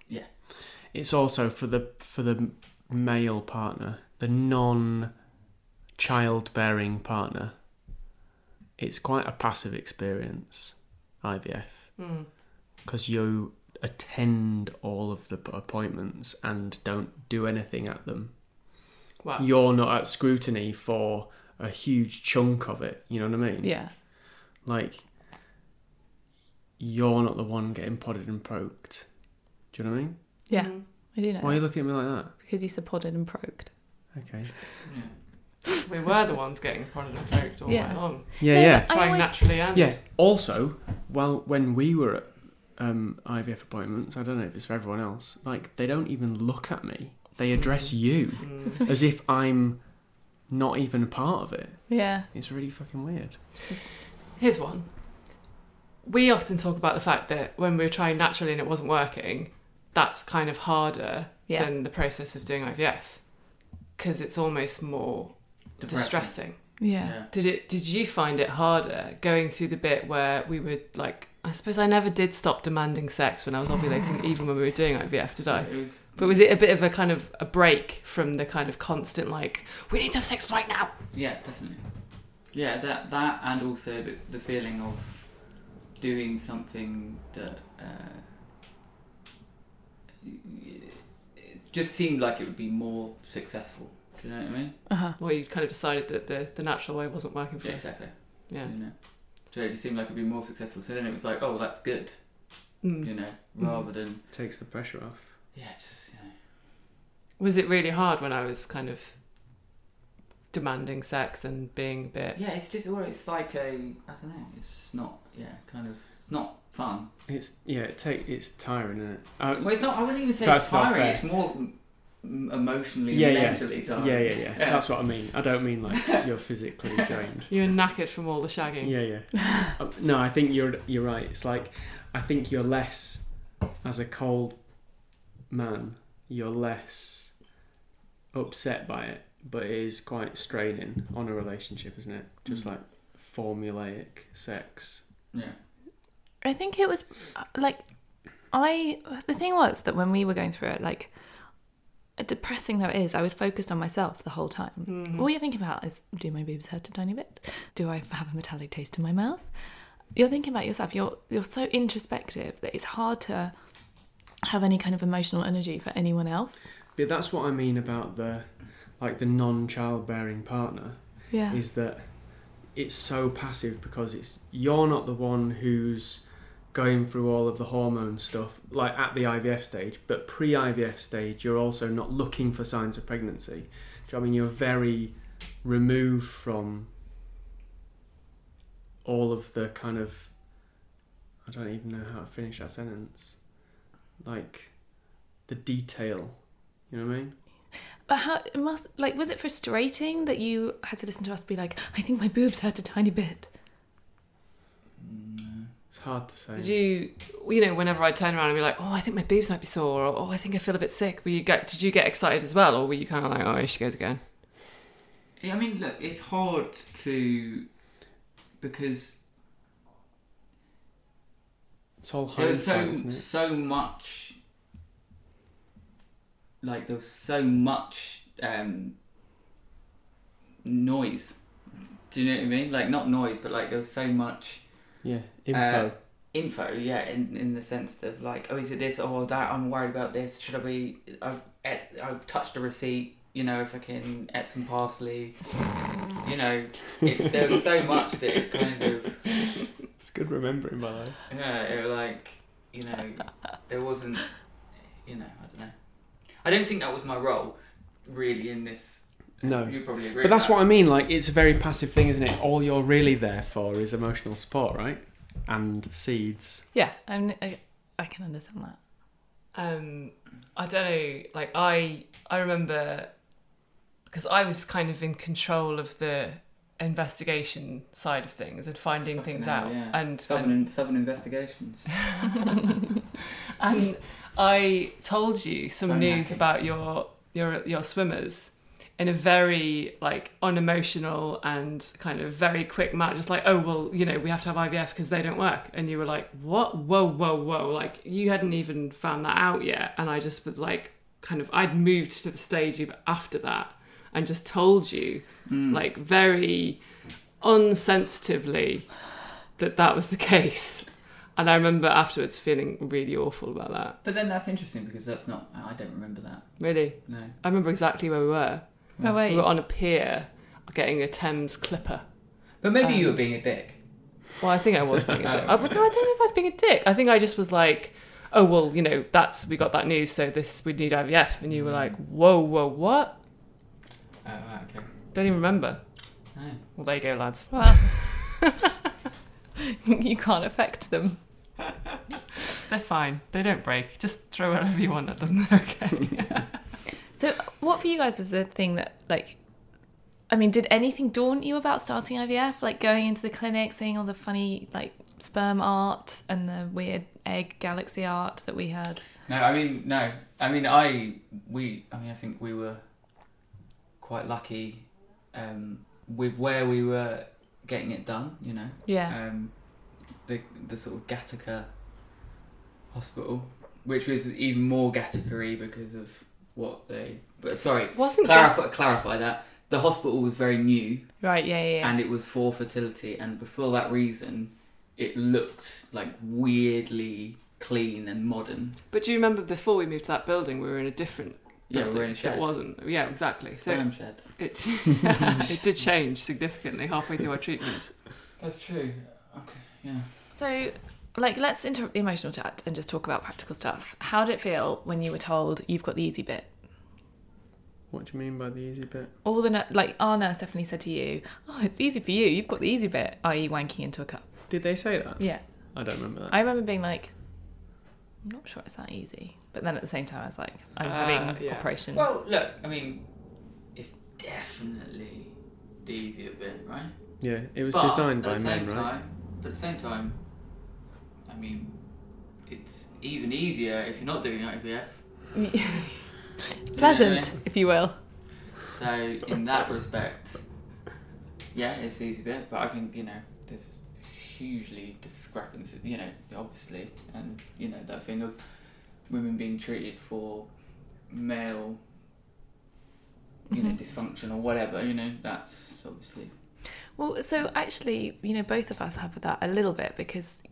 S7: It's also for the for the male partner, the non childbearing partner. It's quite a passive experience, IVF, because you attend all of the p- appointments and don't do anything at them.
S2: Wow.
S7: You're not at scrutiny for a huge chunk of it. You know what I mean?
S1: Yeah.
S7: Like, you're not the one getting prodded and poked. Do you know what I mean?
S1: Yeah. I do know.
S7: Why are you looking at me like that?
S1: Because you said podded and proked.
S7: Okay.
S2: we were the ones getting prodded and poked all
S1: Yeah.
S2: night long,
S7: Yeah,
S1: No,
S7: yeah,
S1: but I
S2: trying
S1: always-
S2: naturally and
S7: yeah. Also, while when we were at um, IVF appointments, I don't know if it's for
S2: Mm.
S7: everyone else. Like, they don't even look at me. They address you as if I'm not even a part of it.
S1: Yeah.
S7: It's really fucking weird.
S2: Here's one. We often talk about the fact that when we were trying naturally and it wasn't working, that's kind of harder
S1: Yeah.
S2: than the process of doing IVF because it's almost more
S6: Depressing.
S2: distressing.
S1: Yeah.
S2: Did it? Did you find it harder going through the bit where we were like? I suppose I never did stop demanding sex when I was ovulating, even when we were doing IVF, did I?
S6: It was
S2: But was it a bit of a kind of a break from the kind of constant like we need to have sex right now?
S6: Yeah, definitely. Yeah, that that and also the, the feeling of doing something that uh, it just seemed like it would be more successful. Do you know what I mean?
S2: Well, you kind of decided that the, the natural way wasn't working for
S6: Uh-huh. Yeah,
S2: us.
S6: exactly.
S2: Yeah.
S6: You know, so it just seemed like it'd be more successful. So then it was like, oh, that's good.
S7: Mm.
S6: You know, rather than
S7: Takes the pressure off.
S6: yeah, just you know,
S2: Was it really hard when I was kind of demanding sex and being a bit?
S6: yeah. It's just well, it's like a I don't know. It's not yeah, kind of it's not fun.
S7: It's yeah, it take it's tiring, isn't it? Uh,
S6: Well, it's not. I wouldn't even say
S7: That's
S6: it's
S7: not
S6: tiring.
S7: fair.
S6: It's more m- emotionally,
S7: yeah, yeah,
S6: mentally
S7: yeah,
S6: tiring.
S7: yeah, yeah, That's what I mean. I don't mean like you're physically drained.
S2: You were knackered from all the shagging.
S7: Yeah, yeah. Uh, no, I think you're you're right. It's like I think you're less as a cold man. You're less upset by it, but it is quite straining on a relationship, isn't it? Just like formulaic sex.
S6: Yeah.
S1: I think it was uh, like I the thing was that when we were going through it, like depressing though it is, I was focused on myself the whole time. All you're thinking about is do my boobs hurt a tiny bit? Do I have a metallic taste in my mouth? You're thinking about yourself. You're you're so introspective that it's hard to have any kind of emotional energy for anyone else.
S7: But that's what I mean about the like the non-childbearing partner.
S1: Yeah.
S7: is that it's so passive because it's you're not the one who's going through all of the hormone stuff like at the IVF stage, but pre IVF stage you're also not looking for signs of pregnancy. Do you know what I mean you're very removed from all of the kind of I don't even know how to finish that sentence. Like the detail. You know what I mean?
S1: But how it must like was it frustrating that you had to listen to us be like, I think my boobs hurt a tiny bit.
S6: Mm.
S7: It's hard to say.
S2: Did you, you know, whenever I turn around and be like, oh, I think my boobs might be sore, or oh, I think I feel a bit sick. Were you get, did you get excited as well, or were you kind of like, oh, here she goes again?
S6: Yeah, I mean, look, it's hard to because
S7: it's all
S6: there
S7: hindsight,
S6: was so
S7: isn't it?
S6: so much, like there was so much um, noise. Do you know what I mean? Like not noise, but like there was so much
S7: Yeah,
S6: uh,
S7: info.
S6: info, yeah, in, in the sense of like, oh, is it this or that? I'm worried about this. Should I be? I've et, I've touched a receipt. You know, if I can eat some parsley. You know, it, there was so much that it kind of
S7: It's good remembering, by the way.
S6: yeah, it was like you know, there wasn't you know, I don't know. I don't think that was my role really in this.
S7: No.
S6: you probably agree.
S7: But
S6: with
S7: that's
S6: that.
S7: what I mean. Like, it's a very passive thing, isn't it? All you're really there for is emotional support, right? And seeds.
S1: Yeah, I'm, I, I can understand that.
S2: um i don't know like i i remember because i was kind of in control of the investigation side of things and finding things
S6: Yeah,
S2: out
S6: yeah.
S2: and,
S6: southern
S2: and
S6: southern investigations.
S2: and i told you some
S6: So
S2: news
S6: happy.
S2: about your your your swimmers in a very like unemotional and kind of very quick manner just like oh well you know we have to have ivf because they don't work and you were like what whoa whoa whoa like you hadn't even found that out yet and i just was like kind of i'd moved to the stage even after that and just told you like very unsensitively that that was the case and i remember afterwards feeling really awful about that
S6: But then that's interesting because that's not. I don't remember that.
S2: really
S6: No.
S2: i remember exactly where we were
S1: Oh wait,
S2: we were on a pier getting a Thames Clipper.
S6: But
S2: Um,
S6: maybe you were being a dick.
S2: Well, I think I was being a dick. I, no, I don't know if I was being a dick. I think I just was like, oh, well, you know, that's we got that news, so this we need IVF. And you
S6: Mm.
S2: were like, whoa, whoa, what?
S6: Oh, right, okay.
S2: Don't even remember.
S6: No.
S2: Well, there you go, lads.
S1: well, you can't affect them.
S2: They're fine. They don't break. Just throw whatever you want at them. They're okay.
S1: So, what for you guys is the thing that like I mean, did anything daunt you about starting IVF? Like going into the clinic, seeing all the funny like sperm art and the weird egg galaxy art that we had.
S6: No, I mean no. I mean I we I mean I think we were quite lucky um, with where we were getting it done. You know.
S1: Yeah.
S6: Um, the the sort of Gattaca hospital, which was even more Gattaca-y because of what they. But sorry,
S2: Wasn't
S6: clarify clarify that the hospital was very new
S1: Right. Yeah. Yeah. yeah.
S6: and it was for fertility and for that reason it looked like weirdly clean and modern
S2: But do you remember before we moved to that building, we were in a different
S6: Yeah, we
S2: building
S6: were in a shed.
S2: that wasn't. Yeah, exactly.
S6: sperm shed
S2: So it it did change significantly halfway through our treatment.
S6: that's true okay yeah
S1: So, like, let's interrupt the emotional chat and just talk about practical stuff. How did it feel when you were told you've got the easy bit?
S7: What do you mean by the easy bit?
S1: All the nur- like, our nurse definitely said to you, "Oh, it's easy for you. You've got the easy bit," i.e., wanking into a cup.
S7: Did they say that?
S1: Yeah.
S7: I don't remember that.
S1: I remember being like, I'm not sure it's that easy. But then at the same time, I was like, I'm
S7: Ah,
S1: having
S2: yeah.
S1: operations.
S6: well look i mean it's definitely the easier bit right
S7: yeah, it was
S6: But
S7: designed by
S6: at the same
S7: men, right?
S6: time, but at the same time i mean it's even easier if you're not doing ivf
S1: Pleasant, if you will.
S6: So in that respect, yeah, it's easy bit, but I think you know there's hugely discrepancy. You know, obviously, and you know that thing of women being treated for male, you know,
S1: Mm-hmm.
S6: dysfunction or whatever. You know, that's obviously
S1: Well, so actually, you know, both of us have that a little bit because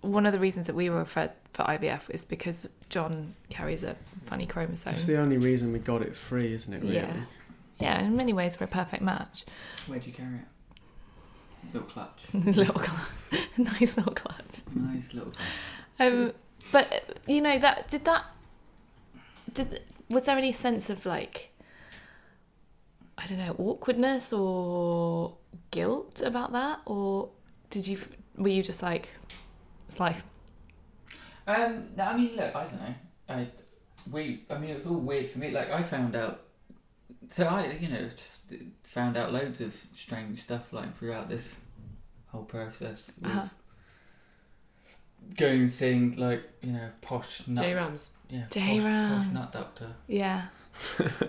S1: one of the reasons that we were referred for IVF is because John carries a funny chromosome.
S7: It's the only reason we got it free, isn't it? Really?
S1: Yeah. Yeah, in many ways, we're a perfect match.
S6: where do you carry it? Little clutch,
S1: little clutch. nice little clutch.
S6: nice little. Clutch.
S1: Um, but, uh, you know, that did that. Did, was there any sense of like, I don't know, awkwardness or guilt about that? Or did you, were you just like, it's life?
S6: Um, no, I mean, look, I don't know. I we, I mean, it was all weird for me. Like, I found out. So I, you know, just found out loads of strange stuff like throughout this whole process. of
S1: Uh-huh.
S6: Going and seeing like you know posh nut,
S2: J Rams.
S6: yeah, posh,
S1: J.
S6: posh
S1: Rams.
S6: nut doctor.
S1: Yeah.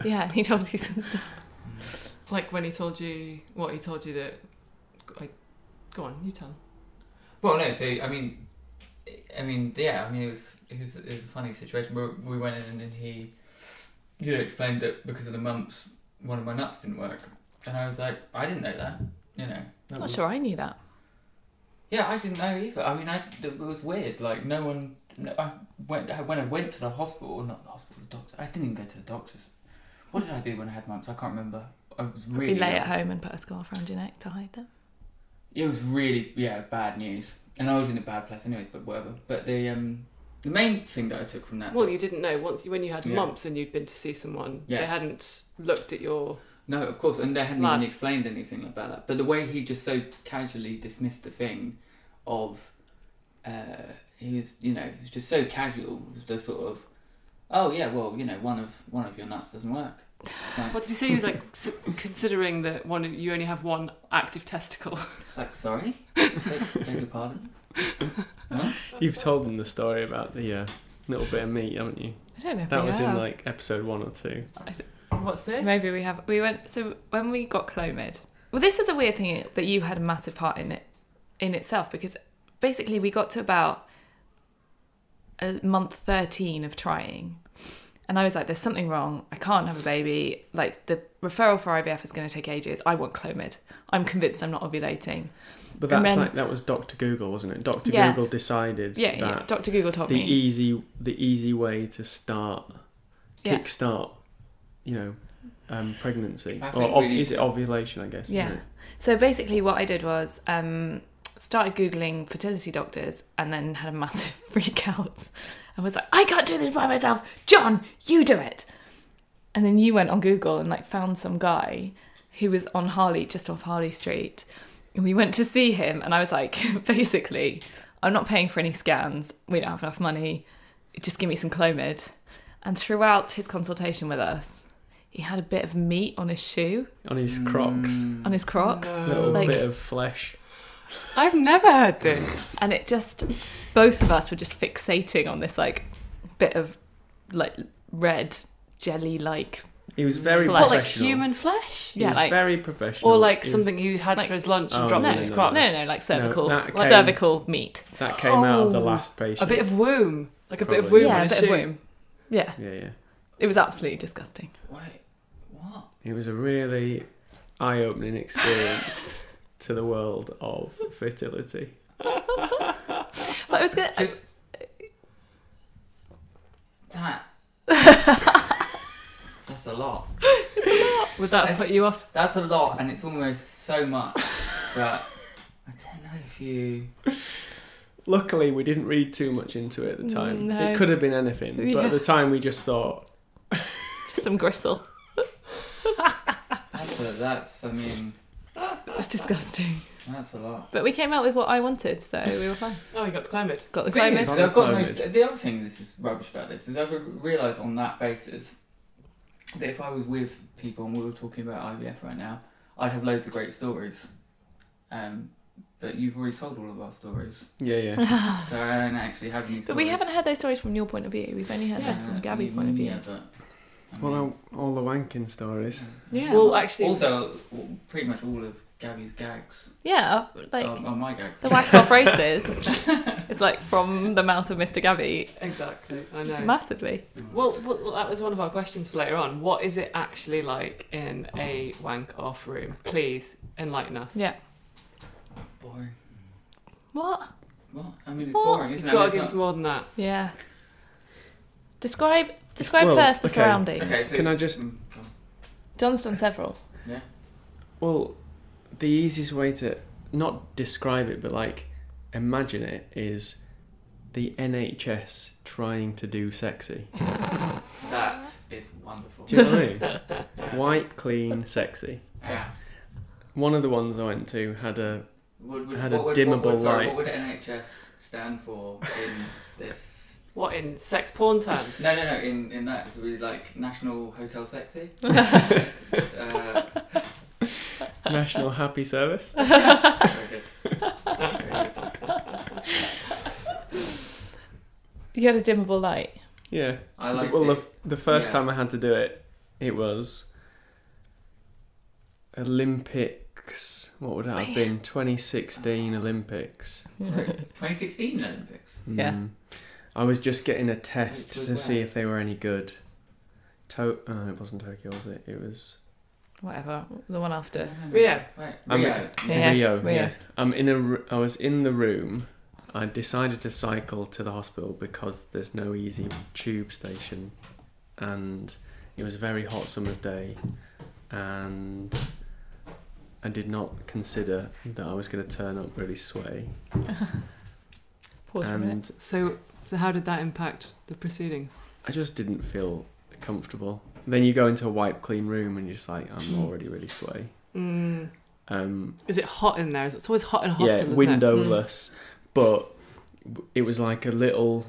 S1: yeah, he told you some stuff.
S2: Like when he told you what he told you that. I, go on, you tell.
S6: Well, no. So I mean, I mean, yeah. I mean, it was it was it was a funny situation. We we went in and then he, you know, explained that because of the mumps, one of my nuts didn't work, and I was like, I didn't know that. You know, that
S1: I'm not
S6: was-
S1: sure I knew that.
S6: Yeah, I didn't know either. I mean, I it was weird. Like no one. No, I went when I went to the hospital. Not the hospital. The doctor. I didn't even go to the doctors. What did I do when I had mumps? I can't remember. I was really.
S1: you lay at
S6: young.
S1: home and put a scarf around your neck to hide them.
S6: It was really yeah bad news, and I was in a bad place anyways. But whatever. But the um the main thing that I took from that.
S2: Well, you didn't know once you, when you had
S6: Yeah.
S2: mumps and you'd been to see someone.
S6: Yeah.
S2: They hadn't looked at your.
S6: No, of course, and they hadn't
S2: Lads.
S6: even explained anything about that. But the way he just so casually dismissed the thing of, uh, he was, you know, he was just so casual. The sort of, oh yeah, well, you know, one of one of your nuts doesn't work. Like,
S2: What did he say? He was like s- considering that one you only have one active testicle.
S6: like sorry, beg, beg your pardon.
S7: You've told them the story about the uh, little bit of meat, haven't you?
S1: I don't know if
S7: That
S1: we
S7: was
S1: have.
S7: in like episode one or two.
S2: What's this?
S1: Maybe we have. We went. So when we got Clomid, well, this is a weird thing that you had a massive part in it, in itself, because basically we got to about a month thirteen of trying, and I was like, "There's something wrong. I can't have a baby. Like the referral for IVF is going to take ages. I want Clomid. I'm convinced I'm not ovulating.
S7: But
S1: And
S7: that's
S1: then-
S7: like that was Doctor Google, wasn't it? Doctor
S1: Yeah.
S7: Google decided
S1: Yeah, yeah.
S7: that
S1: Doctor Google told
S7: the
S1: me.
S7: easy the easy way to start
S1: Yeah.
S7: kickstart, you know, um, pregnancy
S6: I
S7: or
S6: think
S7: ov-
S6: we need-
S7: is it ovulation? I guess. isn't
S1: Yeah.
S7: it?
S1: So basically, what I did was um, started googling fertility doctors, and then had a massive freak out. I was like, I can't do this by myself. John, you do it. And then you went on Google and like found some guy who was on Harley, just off Harley Street, and we went to see him. And I was like, basically, I'm not paying for any scans. We don't have enough money. Just give me some Clomid. And throughout his consultation with us, he had a bit of meat on his shoe,
S7: on his Crocs.
S1: on his Crocs,
S7: Little
S1: like,
S7: bit of flesh.
S2: I've never heard this.
S1: and it just both of us were just fixating on this like bit of like red jelly like
S7: He was very
S1: Flesh.
S2: What, like
S7: professional.
S2: human flesh?
S7: He
S1: yeah,
S7: was
S1: like-
S7: very professional.
S2: Or like
S7: He was-
S2: something he had for his lunch and
S7: Oh,
S2: dropped
S7: no,
S2: in his
S7: no,
S2: crotch?
S1: no no like cervical
S7: that
S1: like
S7: came-
S1: cervical meat
S7: that came out of the
S2: Oh,
S7: last patient.
S2: A bit of womb. Like a bit of
S7: Probably.
S2: womb.
S1: yeah
S2: on
S1: a
S2: his
S1: bit of
S2: shoe.
S1: womb yeah
S7: Yeah, yeah.
S1: it was absolutely disgusting
S6: Wait, what?
S7: It was a really eye-opening experience to the world of fertility.
S1: but I was gonna
S6: Just that. That's a lot.
S2: Would that have
S6: That's-
S2: put you off?
S6: That's a lot, and it's almost so much. But I don't know if you.
S7: Luckily, we didn't read too much into it at the time.
S1: No.
S7: It could have been anything, but
S1: Yeah.
S7: at the time we just thought,
S1: just some gristle
S6: That's a, that's. I mean,
S1: it was disgusting
S6: that's a lot.
S1: but we came out with what I wanted so we were fine
S2: Oh, he got the climate.
S1: got the
S6: The thing
S1: climate
S6: is,
S7: climate.
S6: I've got no,
S7: Climate.
S6: st- the other thing this is rubbish about this is I've realised on that basis that if I was with people and we were talking about IVF right now, I'd have loads of great stories. Um, but you've already told all of our stories,
S7: yeah, yeah.
S6: so I don't actually have any. Stories.
S1: but we haven't heard those stories from your point of view we've only heard them
S6: Uh,
S1: from Gabby's
S6: mm,
S1: point of view
S6: Yeah, but. I mean-
S7: well, all the wanking stories.
S1: yeah
S2: Well, actually,
S6: also, w- pretty much all of Gabby's gags
S1: yeah like
S6: are, are my gags.
S1: the whack off races is like from the mouth of Mr Gabby
S2: exactly. I know.
S1: massively
S2: Well, well, well, that was one of our questions for later on. What is it actually like in a wank off room? Please enlighten us.
S1: yeah
S6: Boring.
S1: what
S6: What? I mean, it's
S1: What?
S6: boring,
S2: You've
S6: isn't
S2: got to
S6: it?
S2: give
S6: It's
S2: us more than that.
S1: yeah describe describe
S7: Well,
S1: first the
S7: okay.
S1: surroundings
S6: Okay, so,
S7: Can I just-
S6: Mm, go on.
S1: John's done several
S6: Yeah.
S7: Well, the easiest way to not describe it, but like imagine it is the NHS trying to do sexy.
S6: That is wonderful.
S7: Do you know what I mean? White, clean, sexy.
S6: Yeah.
S7: One of the ones I went to had a
S6: What would,
S7: Had a
S6: what would,
S7: dimmable
S6: what would, sorry,
S7: light.
S6: What would NHS stand for in this?
S2: What in sex porn terms?
S6: No, no, no. In in that, so we like National Hotel Sexy. uh,
S7: National Happy Service.
S6: very good. Very good.
S1: you had a dimmable light
S7: Yeah.
S6: I like.
S7: well, the,
S6: it.
S7: f- the first
S6: yeah.
S7: time I had to do it, it was Olympics. What would that have been? 2016 Olympics.
S6: Wait, 2016 Olympics.
S1: Yeah.
S7: Mm. I was just getting a test
S6: Which was
S7: to see
S6: where?
S7: if they were any good. To- oh, it wasn't Tokyo, was it? It was
S1: whatever the one after
S2: Rio.
S6: Wait,
S7: I'm-
S6: Rio.
S1: Yeah.
S7: Rio.
S1: Rio.
S7: Yeah. I'm in a. r- I was in the room. I decided to cycle to the hospital because there's no easy tube station, and it was a very hot summer's day, and I did not consider that I was going to turn up really sweaty.
S1: pause for a minute
S7: and
S2: So, so how did that impact the proceedings?
S7: I just didn't feel comfortable. Then you go into a wipe clean room and you're just like, I'm already really sweaty.
S2: Mm.
S7: Um,
S2: Is it hot in there? It's always hot in a
S7: yeah,
S2: hospital. isn't it? Mm. Hmm.
S7: windowless, but it was like a little.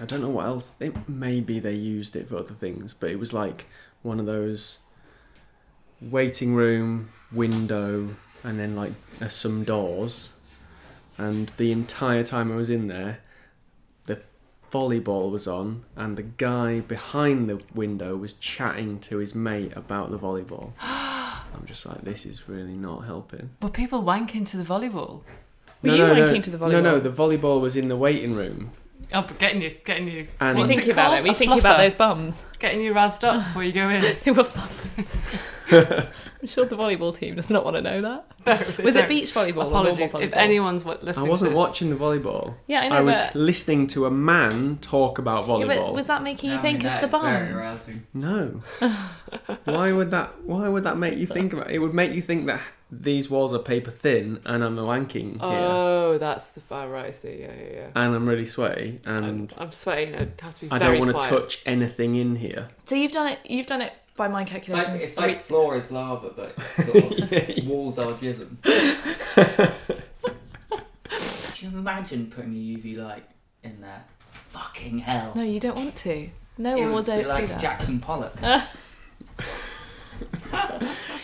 S7: I don't know what else. It, maybe they used it for other things, but it was like one of those waiting room window, and then like uh, some doors. And the entire time I was in there, the volleyball was on, and the guy behind the window was chatting to his mate about the volleyball. I'm just like, this is really not helping.
S2: Were people wanking to the volleyball?
S1: Were you wanking to the
S7: No, no,
S1: volleyball?
S7: the volleyball was in the waiting room.
S2: Oh, but getting you, getting you,
S7: And-
S1: we
S7: What's it
S1: thinking about it
S2: called?
S1: we
S2: A
S1: thinking about
S2: fluffer.
S1: those bums
S2: getting you razzed up before you go in.
S1: they were fluffers I'm sure the volleyball team does not want to know that
S2: No,
S1: was it
S2: don't.
S1: beach volleyball or
S2: Apologies
S1: normal volleyball
S2: if anyone's wa-
S7: I
S2: listening.
S7: wasn't
S2: to this.
S7: watching the volleyball.
S1: yeah I know
S7: I was
S1: but,
S7: listening to a man talk about
S1: yeah,
S7: volleyball.
S1: but was that making you
S6: I
S1: think
S6: mean,
S1: it's
S6: that
S1: the
S6: is very
S1: bums
S6: arousing.
S7: No. why would that? Why would that make you think about? It would make you think that these walls are paper thin, and I'm wanking here,
S2: Oh, that's the far right. I see. Yeah, yeah, yeah.
S7: and I'm really sweaty,
S2: I'm,
S7: and
S2: I'm sweating. I'd have to be.
S7: I
S2: very
S7: don't want to
S2: quiet.
S7: touch anything in here.
S1: so you've done it you've done it by my
S6: It's like,
S1: calculations
S6: it's
S1: three
S6: like floor is lava, but sort of walls are jism. Could you imagine putting a UV light in there? Fucking hell.
S1: no you don't want to no
S6: it
S1: one will
S6: would
S1: do,
S6: be like
S1: do that
S6: Jackson Pollock.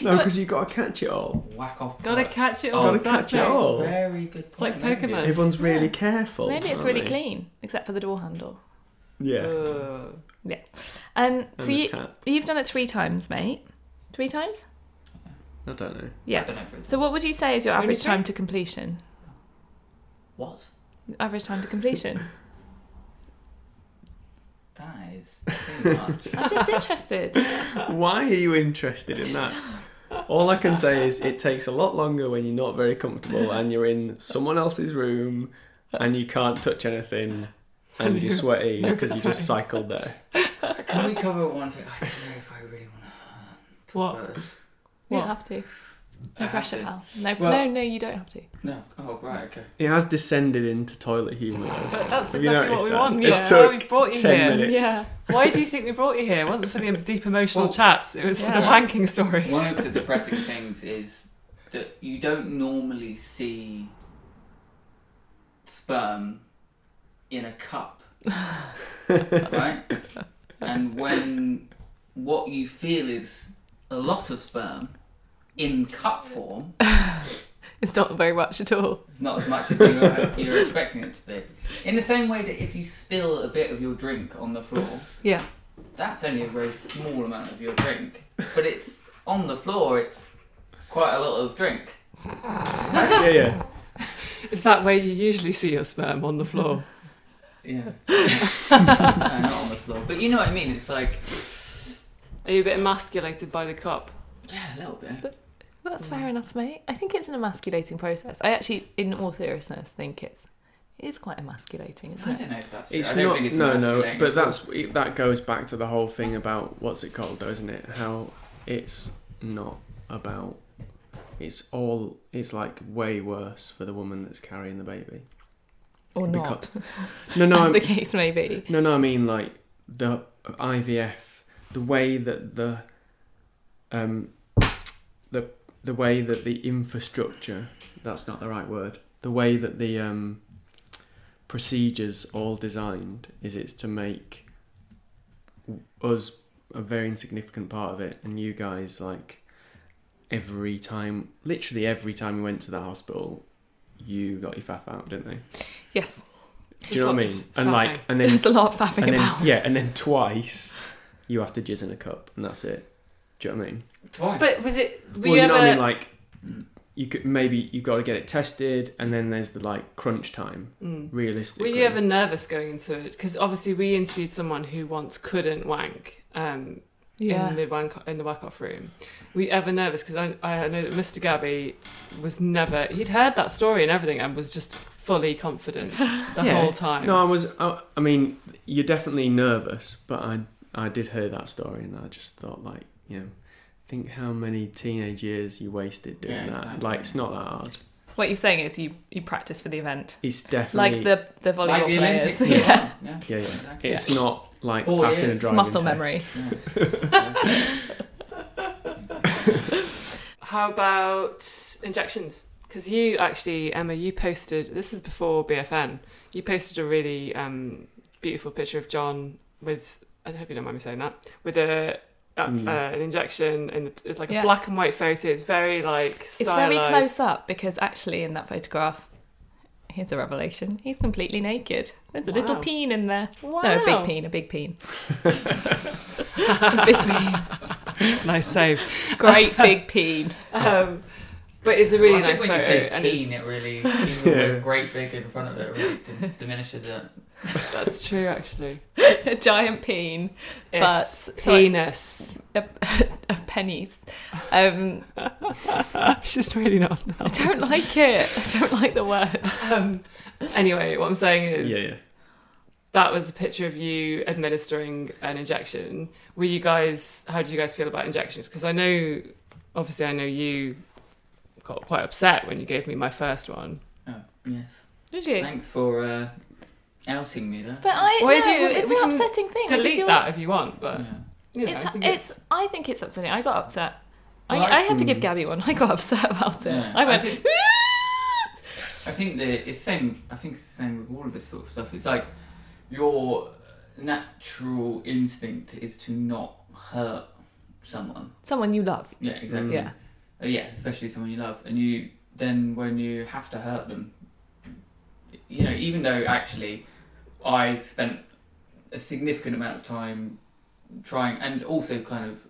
S7: No, because you've got to catch it all.
S6: Whack off.
S2: Gotta
S6: pot.
S2: catch it
S7: Oh,
S2: all.
S7: gotta catch it all. Oh.
S6: Very good. It's
S2: like Pokemon.
S7: Everyone's really careful.
S1: Maybe it's
S7: aren't
S1: really
S7: they?
S1: clean, except for the door handle.
S7: Yeah.
S1: Yeah. Um, so
S7: the
S1: you,
S7: tap.
S1: you've done it three times, mate. Three times?
S7: I don't know.
S1: Yeah.
S6: I don't know if it's
S1: So what would you say is your average
S2: three?
S1: time to completion?
S6: what
S1: Average time to completion.
S6: that is. Too much.
S1: I'm just interested.
S7: Why are you interested in that? All I can say is it takes a lot longer when you're not very comfortable and you're in someone else's room and you can't touch anything and you're sweaty because you just cycled there.
S6: Can we cover one thing? I don't know if I really uh, want
S2: What?
S6: to.
S1: You
S2: What?
S1: have to.
S6: I
S1: No
S6: have
S1: pressure,
S6: to.
S1: pal. No,
S6: Well-
S1: no, no, you don't have to.
S6: No. Oh right. Okay.
S7: It has descended into toilet humour. though.
S2: But that's
S7: Have you
S2: exactly what
S7: noticed
S2: we
S7: that?
S2: want.
S7: It
S2: Yeah. That's
S7: took
S2: why we brought you
S7: 10
S2: here.
S7: minutes.
S1: Yeah.
S2: Why do you think we brought you here? It wasn't for the deep emotional
S6: Well-
S2: chats. It was for the
S1: Yeah.
S2: wanking stories.
S6: One of the depressing things is that you don't normally see sperm in a cup, right? And when what you feel is a lot of sperm in cup form,
S1: It's not very much at all.
S6: it's not as much as you were, you were expecting it to be. In the same way that if you spill a bit of your drink on the floor,
S1: Yeah.
S6: that's only a very small amount of your drink, but it's on the floor. It's quite a lot of drink.
S7: Yeah, yeah.
S2: Is that where you usually see your sperm on the floor?
S6: Yeah. no, not on the floor. But you know what I mean? It's like
S2: Are you a bit emasculated by the cup?
S6: yeah, a little bit.
S1: That's
S6: Mm.
S1: fair enough, mate. I think it's an emasculating process. I actually, in all seriousness, think it's it is quite emasculating,
S6: I
S1: isn't it?
S6: don't know if that's.
S7: It's
S6: I don't
S7: not.
S6: think it's
S7: no, no.
S6: emasculating
S7: But
S6: at all.
S7: that's it- that goes back to the whole thing about what's it called, though, isn't it? How it's not about. It's all. It's like way worse for the woman that's carrying the baby.
S1: Or not,
S7: Because- No, no.
S1: as
S7: I'm-
S1: the case may be.
S7: No, no, I mean like the IVF, the way that the um the the way that the infrastructure that's not the right word. The way that the um procedures all designed is it's to make us a very insignificant part of it and you guys like every time literally every time we went to the hospital you got your faff out didn't they
S1: Yes,
S7: do you know what i
S2: There's
S7: mean
S2: lots of
S7: and like
S2: faffing.
S7: and then
S1: there's a lot of faffing
S7: and
S1: about.
S7: then, yeah, and then twice you have to jizz in a cup, and that's it. Do you know what I mean?
S6: Twice.
S2: But was it? Were
S7: well,
S2: you
S7: you
S2: ever?
S7: know what I mean. Like you could maybe you got to get it tested, and then there's the like crunch time.
S2: Mm. Were
S7: Realistically,
S2: you ever nervous going into it? Because obviously we interviewed someone who once couldn't wank um, in the wank in the whack off room. Were you ever nervous? Because I, I know that Mr. Gabby was never. He'd heard that story and everything, and was just fully confident the
S7: Yeah.
S2: whole time.
S7: No, I was. I, I mean, you're definitely nervous, but I I did hear that story, and I just thought like you know. Think how many teenage years you wasted doing
S6: Yeah,
S7: that.
S6: exactly.
S7: Like it's not that hard.
S1: What you're saying is you you practice for the event,
S7: It's definitely
S1: like the the volleyball
S6: like the
S1: players.
S6: Olympics. yeah.
S1: Yeah.
S7: yeah, yeah.
S6: Exactly.
S7: It's not like
S6: Four
S7: passing
S6: years.
S7: a
S6: It's
S7: driving
S1: muscle
S7: test.
S1: memory.
S2: How about injections? Because you actually, Emma, you posted this is before BFN. You posted a really um, beautiful picture of John with. I hope you don't mind me saying that with a. Uh, uh, an injection and it's like a
S1: Yeah.
S2: black and white photo. It's very like
S1: It's very
S2: stylized.
S1: close up because actually in that photograph, here's a revelation. He's completely naked. There's a little
S2: Wow.
S1: peen in there. No, a big
S2: Wow.
S1: peen, a big peen. a big peen.
S2: nice save.
S1: Great big peen.
S2: Um, but it's a
S6: Well,
S2: really
S6: I think
S2: nice
S6: when
S2: photo.
S6: you say
S2: and
S6: keen,
S2: it's-
S6: it really even with great big in front of it, it really d- diminishes it.
S2: that's true, actually.
S1: A giant peen.
S2: It's
S1: But- so I-
S2: penis.
S1: A, a pennies. Um,
S2: She's really not.
S1: I don't like it. I don't like the word.
S2: Um, anyway, what I'm saying is
S7: Yeah, yeah.
S2: that was a picture of you administering an injection. Were you guys? How did you guys feel about injections? Because I know, obviously, I know you got quite upset when you gave me my first one.
S6: Oh yes.
S1: Did you?
S6: Thanks for uh, outing me there.
S1: But I
S2: Well, if
S1: no,
S2: you-
S1: it's
S2: we
S1: an
S2: can
S1: upsetting thing. because
S2: Delete
S1: you're-
S2: that if you want, but
S6: Yeah.
S2: you know,
S1: It's,
S2: I think
S1: it's, I think it's upsetting. I got upset.
S6: Well,
S1: I,
S6: I-
S1: I had to give Gabby one. I got upset about it.
S6: Yeah,
S1: I went,
S6: I think- I think the it's same. I think it's the same with all of this sort of stuff. It's like your natural instinct is to not hurt someone.
S1: Someone you love.
S6: Yeah, exactly.
S1: Yeah.
S6: Uh, yeah, especially someone you love, and you then when you have to hurt them, you know, even though actually, I spent a significant amount of time trying, and also kind of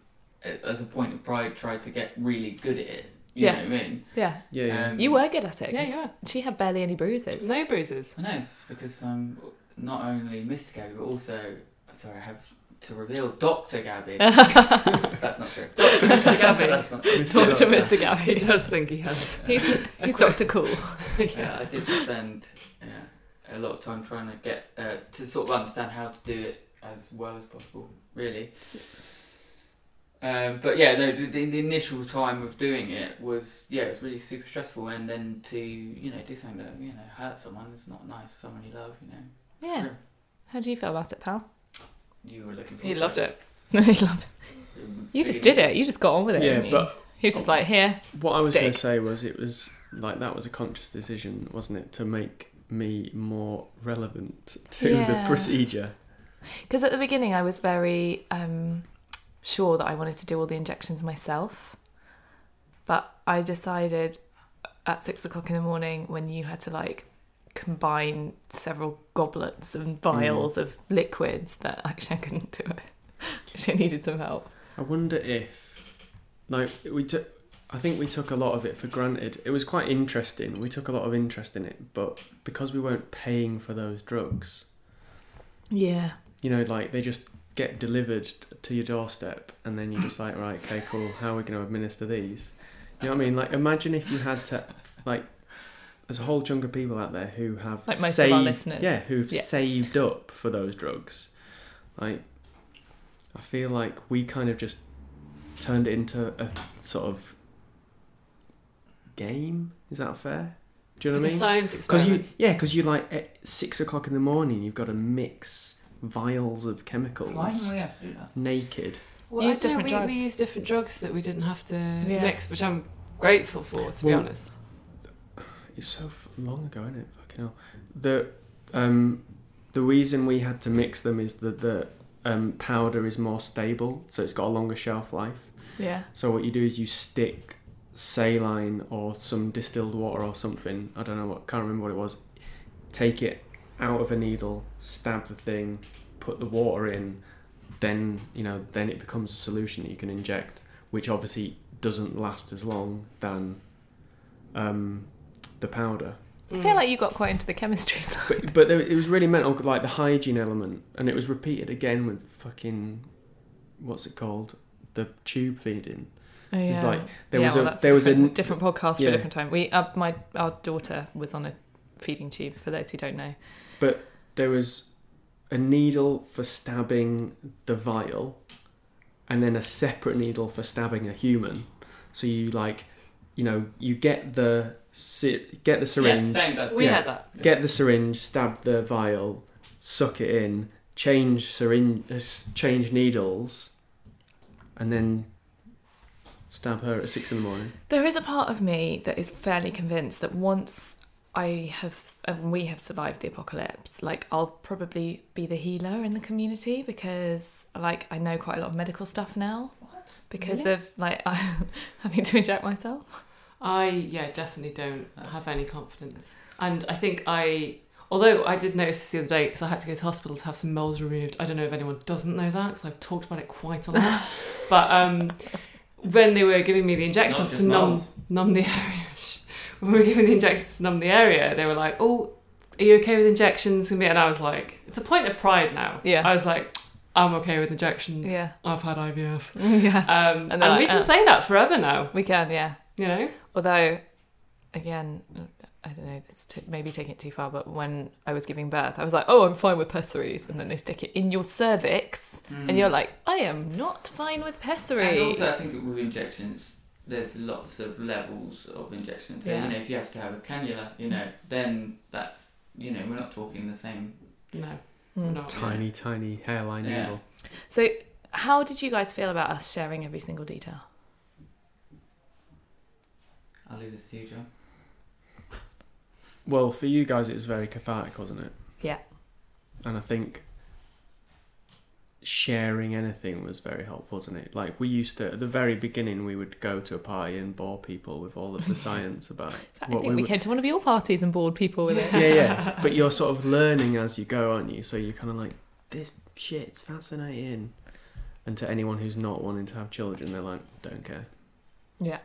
S6: a- as a point of pride, tried to get really good at it. You
S1: Yeah.
S6: know what I mean?
S1: Yeah.
S7: Yeah, yeah.
S6: Um,
S1: You were good at it.
S2: Yeah,
S1: 'cause
S2: yeah.
S1: She had barely any bruises.
S2: No bruises.
S6: I know it's because I'm not only Mr. Gabby, but also sorry, I have to reveal Doctor Gabby. That's not true. Doctor
S2: Mr. Gabby.
S6: That's not true.
S1: Talk to Mr.
S2: He
S1: Gabby.
S2: does think he has.
S1: He's, he's Dr. Cool.
S6: Yeah, I did spend yeah, a lot of time trying to get uh, to sort of understand how to do it as well as possible, really. Um, but yeah, no, the, the the initial time of doing it was yeah, it was really super stressful, and then to you know do something that you know hurt someone is not nice. Someone you love, you know.
S1: Yeah. How do you feel about it, pal?
S6: You were looking.
S2: He
S6: forward
S2: loved
S6: to
S2: it.
S1: No, you love it. You
S6: Really
S1: just did it. You just got on with it.
S7: Yeah,
S1: didn't you?
S7: but-
S1: he was just like, here.
S7: What I was going to
S1: Stick.
S7: say was it was like that was a conscious decision, wasn't it, to make me more relevant to
S1: Yeah.
S7: the procedure.
S1: Because at the beginning, I was very um, sure that I wanted to do all the injections myself. But I decided at six o'clock in the morning when you had to like combine several goblets
S7: Mm.
S1: and vials of liquids that actually I couldn't do it. She needed some help.
S7: I wonder if, like, we took. I think we took a lot of it for granted. It was quite interesting. We took a lot of interest in it, but because we weren't paying for those drugs,
S1: Yeah.
S7: you know, like they just get delivered to your doorstep, and then you're just like, right, okay, cool. How are we going to administer these? You know what I mean? Like, imagine if you had to, like, there's a whole chunk of people out there who have
S1: Like most
S7: saved,
S1: of our listeners.
S7: yeah, who've
S1: Yeah.
S7: saved up for those drugs. Like, I feel like we kind of just turned it into a sort of game. Is that fair? Do you know what I
S2: A
S7: mean?
S2: science
S7: Because
S2: experiment.
S7: you, yeah, because you like at six o'clock in the morning, you've got to mix vials of chemicals
S6: Why do we have to do that?
S7: naked.
S2: Well,
S1: Use
S2: I don't know,
S1: different
S2: we, we
S1: drugs.
S2: used different drugs that we didn't have to
S1: Yeah.
S2: mix, which I'm grateful for, to be
S7: Well-
S2: honest.
S7: It's so f- long ago, isn't it? Fucking hell. The um, the reason we had to mix them is that the um, powder is more stable, so it's got a longer shelf life.
S1: Yeah.
S7: So what you do is you stick saline or some distilled water or something. I don't know what. Can't remember what it was. Take it out of a needle, stab the thing, put the water in. Then you know. Then it becomes a solution that you can inject, which obviously doesn't last as long than um, the powder.
S1: I feel like you got quite into the chemistry side.
S7: Mm. But but there, it was really mental, like the hygiene element, and it was repeated again with fucking what's it called? The tube feeding. It's like there
S1: Oh, Yeah,
S7: was
S1: well,
S7: a
S1: that's
S7: there was a
S1: different, different podcast for
S7: yeah.
S1: a different time. We uh, my our daughter was on a feeding tube. For those who don't know,
S7: But there was a needle for stabbing the vial, and then a separate needle for stabbing a human. So you like, you know, you get the si- get the
S6: Yeah,
S7: syringe,
S6: same does.
S1: we
S7: Yeah.
S1: had that.
S7: get the syringe, stab the vial, suck it in, change syringe, uh, s- change needles, and then stab her at six in the morning.
S1: There is a part of me that is fairly convinced that once I have and we have survived the apocalypse, like I'll probably be the healer in the community because like I know quite a lot of medical stuff now. Because of like having to inject myself.
S2: I yeah definitely don't have any confidence, and I think I although I did notice this the other day because I had to go to hospital to have some moles removed. I don't know if anyone doesn't know that because I've talked about it quite a lot, but um, when they were giving me the injections
S6: Not
S2: to
S6: just
S2: numb
S6: moles.
S2: numb the area, when we were giving the injections to numb the area, they were like, "Oh, are you okay with injections?" And I was like, "It's a point of pride now."
S1: Yeah.
S2: I was like, "I'm okay with injections.
S1: Yeah.
S2: I've had IVF."
S1: yeah.
S2: Um, and
S1: they're
S2: we
S1: like,
S2: can
S1: "Uh."
S2: say that forever now,
S1: We can, yeah.
S2: you know.
S1: Although, again, I don't know, it's t- maybe taking it too far, but when I was giving birth, I was like, oh, I'm fine with pessaries. And then they stick it in your cervix, and
S2: Mm.
S1: you're like, I am not fine with pessaries.
S6: And also, I think with injections, there's lots of levels of injections. So,
S1: Yeah.
S6: you know, if you have to have a cannula, you know, then that's, you know, we're not talking the same.
S2: No,
S1: Hmm.
S2: we're
S1: Mm.
S2: not.
S7: Tiny, tiny hairline
S6: Yeah.
S7: needle.
S1: so, how did you guys feel about us sharing every single detail?
S6: I'll leave this to you, John.
S7: Well, for you guys, it was very cathartic, wasn't it?
S1: Yeah.
S7: And I think sharing anything was very helpful, wasn't it? Like we used to at the very beginning, we would go to a party and bore people with all of the science about
S1: I think we,
S7: were-
S1: came to one of your parties and bored people with it.
S7: yeah, yeah. But you're sort of learning as you go, aren't you? So you're kind of like, this shit's fascinating. And to anyone who's not wanting to have children, they're like, don't care.
S1: Yeah.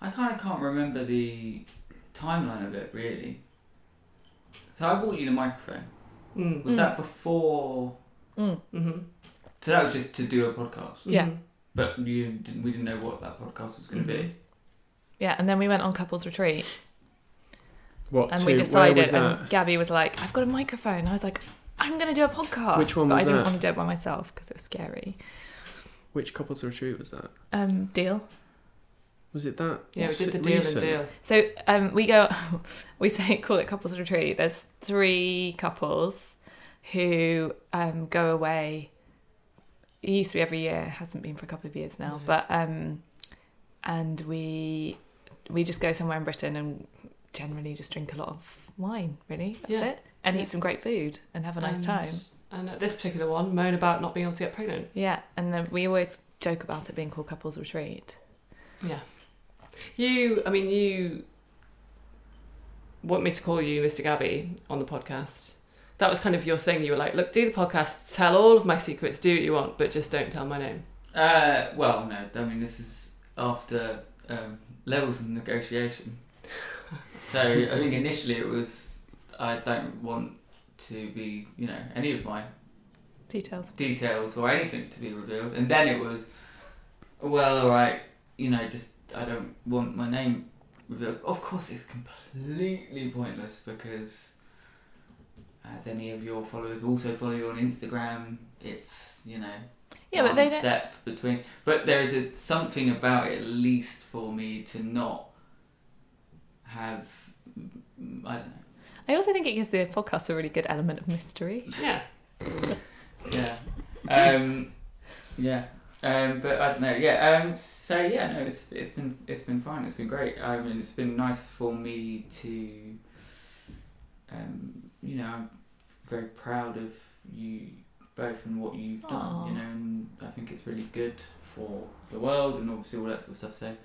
S6: I kind of can't remember the timeline of it really. So I bought you the microphone.
S1: Hmm.
S2: Mm.
S6: Was that before?
S1: Mm.
S2: Mhm.
S6: So that was just to do a podcast.
S1: Yeah.
S6: But you didn't, we didn't know what that podcast was going to
S7: Mm-hmm.
S6: be.
S1: Yeah, and then we went on couples retreat
S7: What?
S1: and
S7: to-
S1: we
S7: Where was
S1: decided
S7: that?
S1: and Gabby was like, I've got a microphone. I was like, I'm going to do a podcast.
S7: Which one
S1: but
S7: was
S1: I didn't
S7: that?
S1: want to do it by myself because it was scary.
S7: Which couples retreat was that?
S1: Um, deal.
S7: Was it that?
S2: Yeah, we did the
S7: s-
S2: deal
S7: recent?
S2: and deal.
S1: So um, we go, we say call it couples retreat. There's three couples who um, go away. It used to be every year, hasn't been for a couple of years now. But um, and we we just go somewhere in Britain and generally just drink a lot of wine. Really, that's
S2: Yeah.
S1: it, and
S2: Yeah.
S1: eat some great food and have a nice
S2: And-
S1: time.
S2: And at this particular one, moan about not being able to get pregnant.
S1: Yeah, and then we always joke about it being called couples retreat.
S2: Yeah. You, I mean, you want me to call you Mr. Gabby on the podcast. That was kind of your thing. You were like, look, do the podcast, tell all of my secrets, do what you want, but just don't tell my name.
S6: Uh, well, no. I mean, this is after um, levels of negotiation. so I think initially it was I don't want to be you know any of my
S1: Details.
S6: details or anything to be revealed. And then it was, well, all right, you know, just I don't want my name revealed. Of course, it's completely pointless because, as any of your followers also follow you on Instagram, it's you know.
S1: Yeah, but
S6: one
S1: they don't.
S6: step between. But there is a, something about it, at least for me, to not have. I don't know.
S1: I also think it gives the podcast a really good element of mystery.
S2: Yeah.
S6: yeah. Um, yeah. Um, but I don't know. Yeah. Um, so yeah, no, it's it's been it's been fine. It's been great. I mean, it's been nice for me to. Um, you know, I'm very proud of you both and what you've done. You
S1: Aw.
S6: know, and I think it's really good for the world and obviously all that sort of stuff. So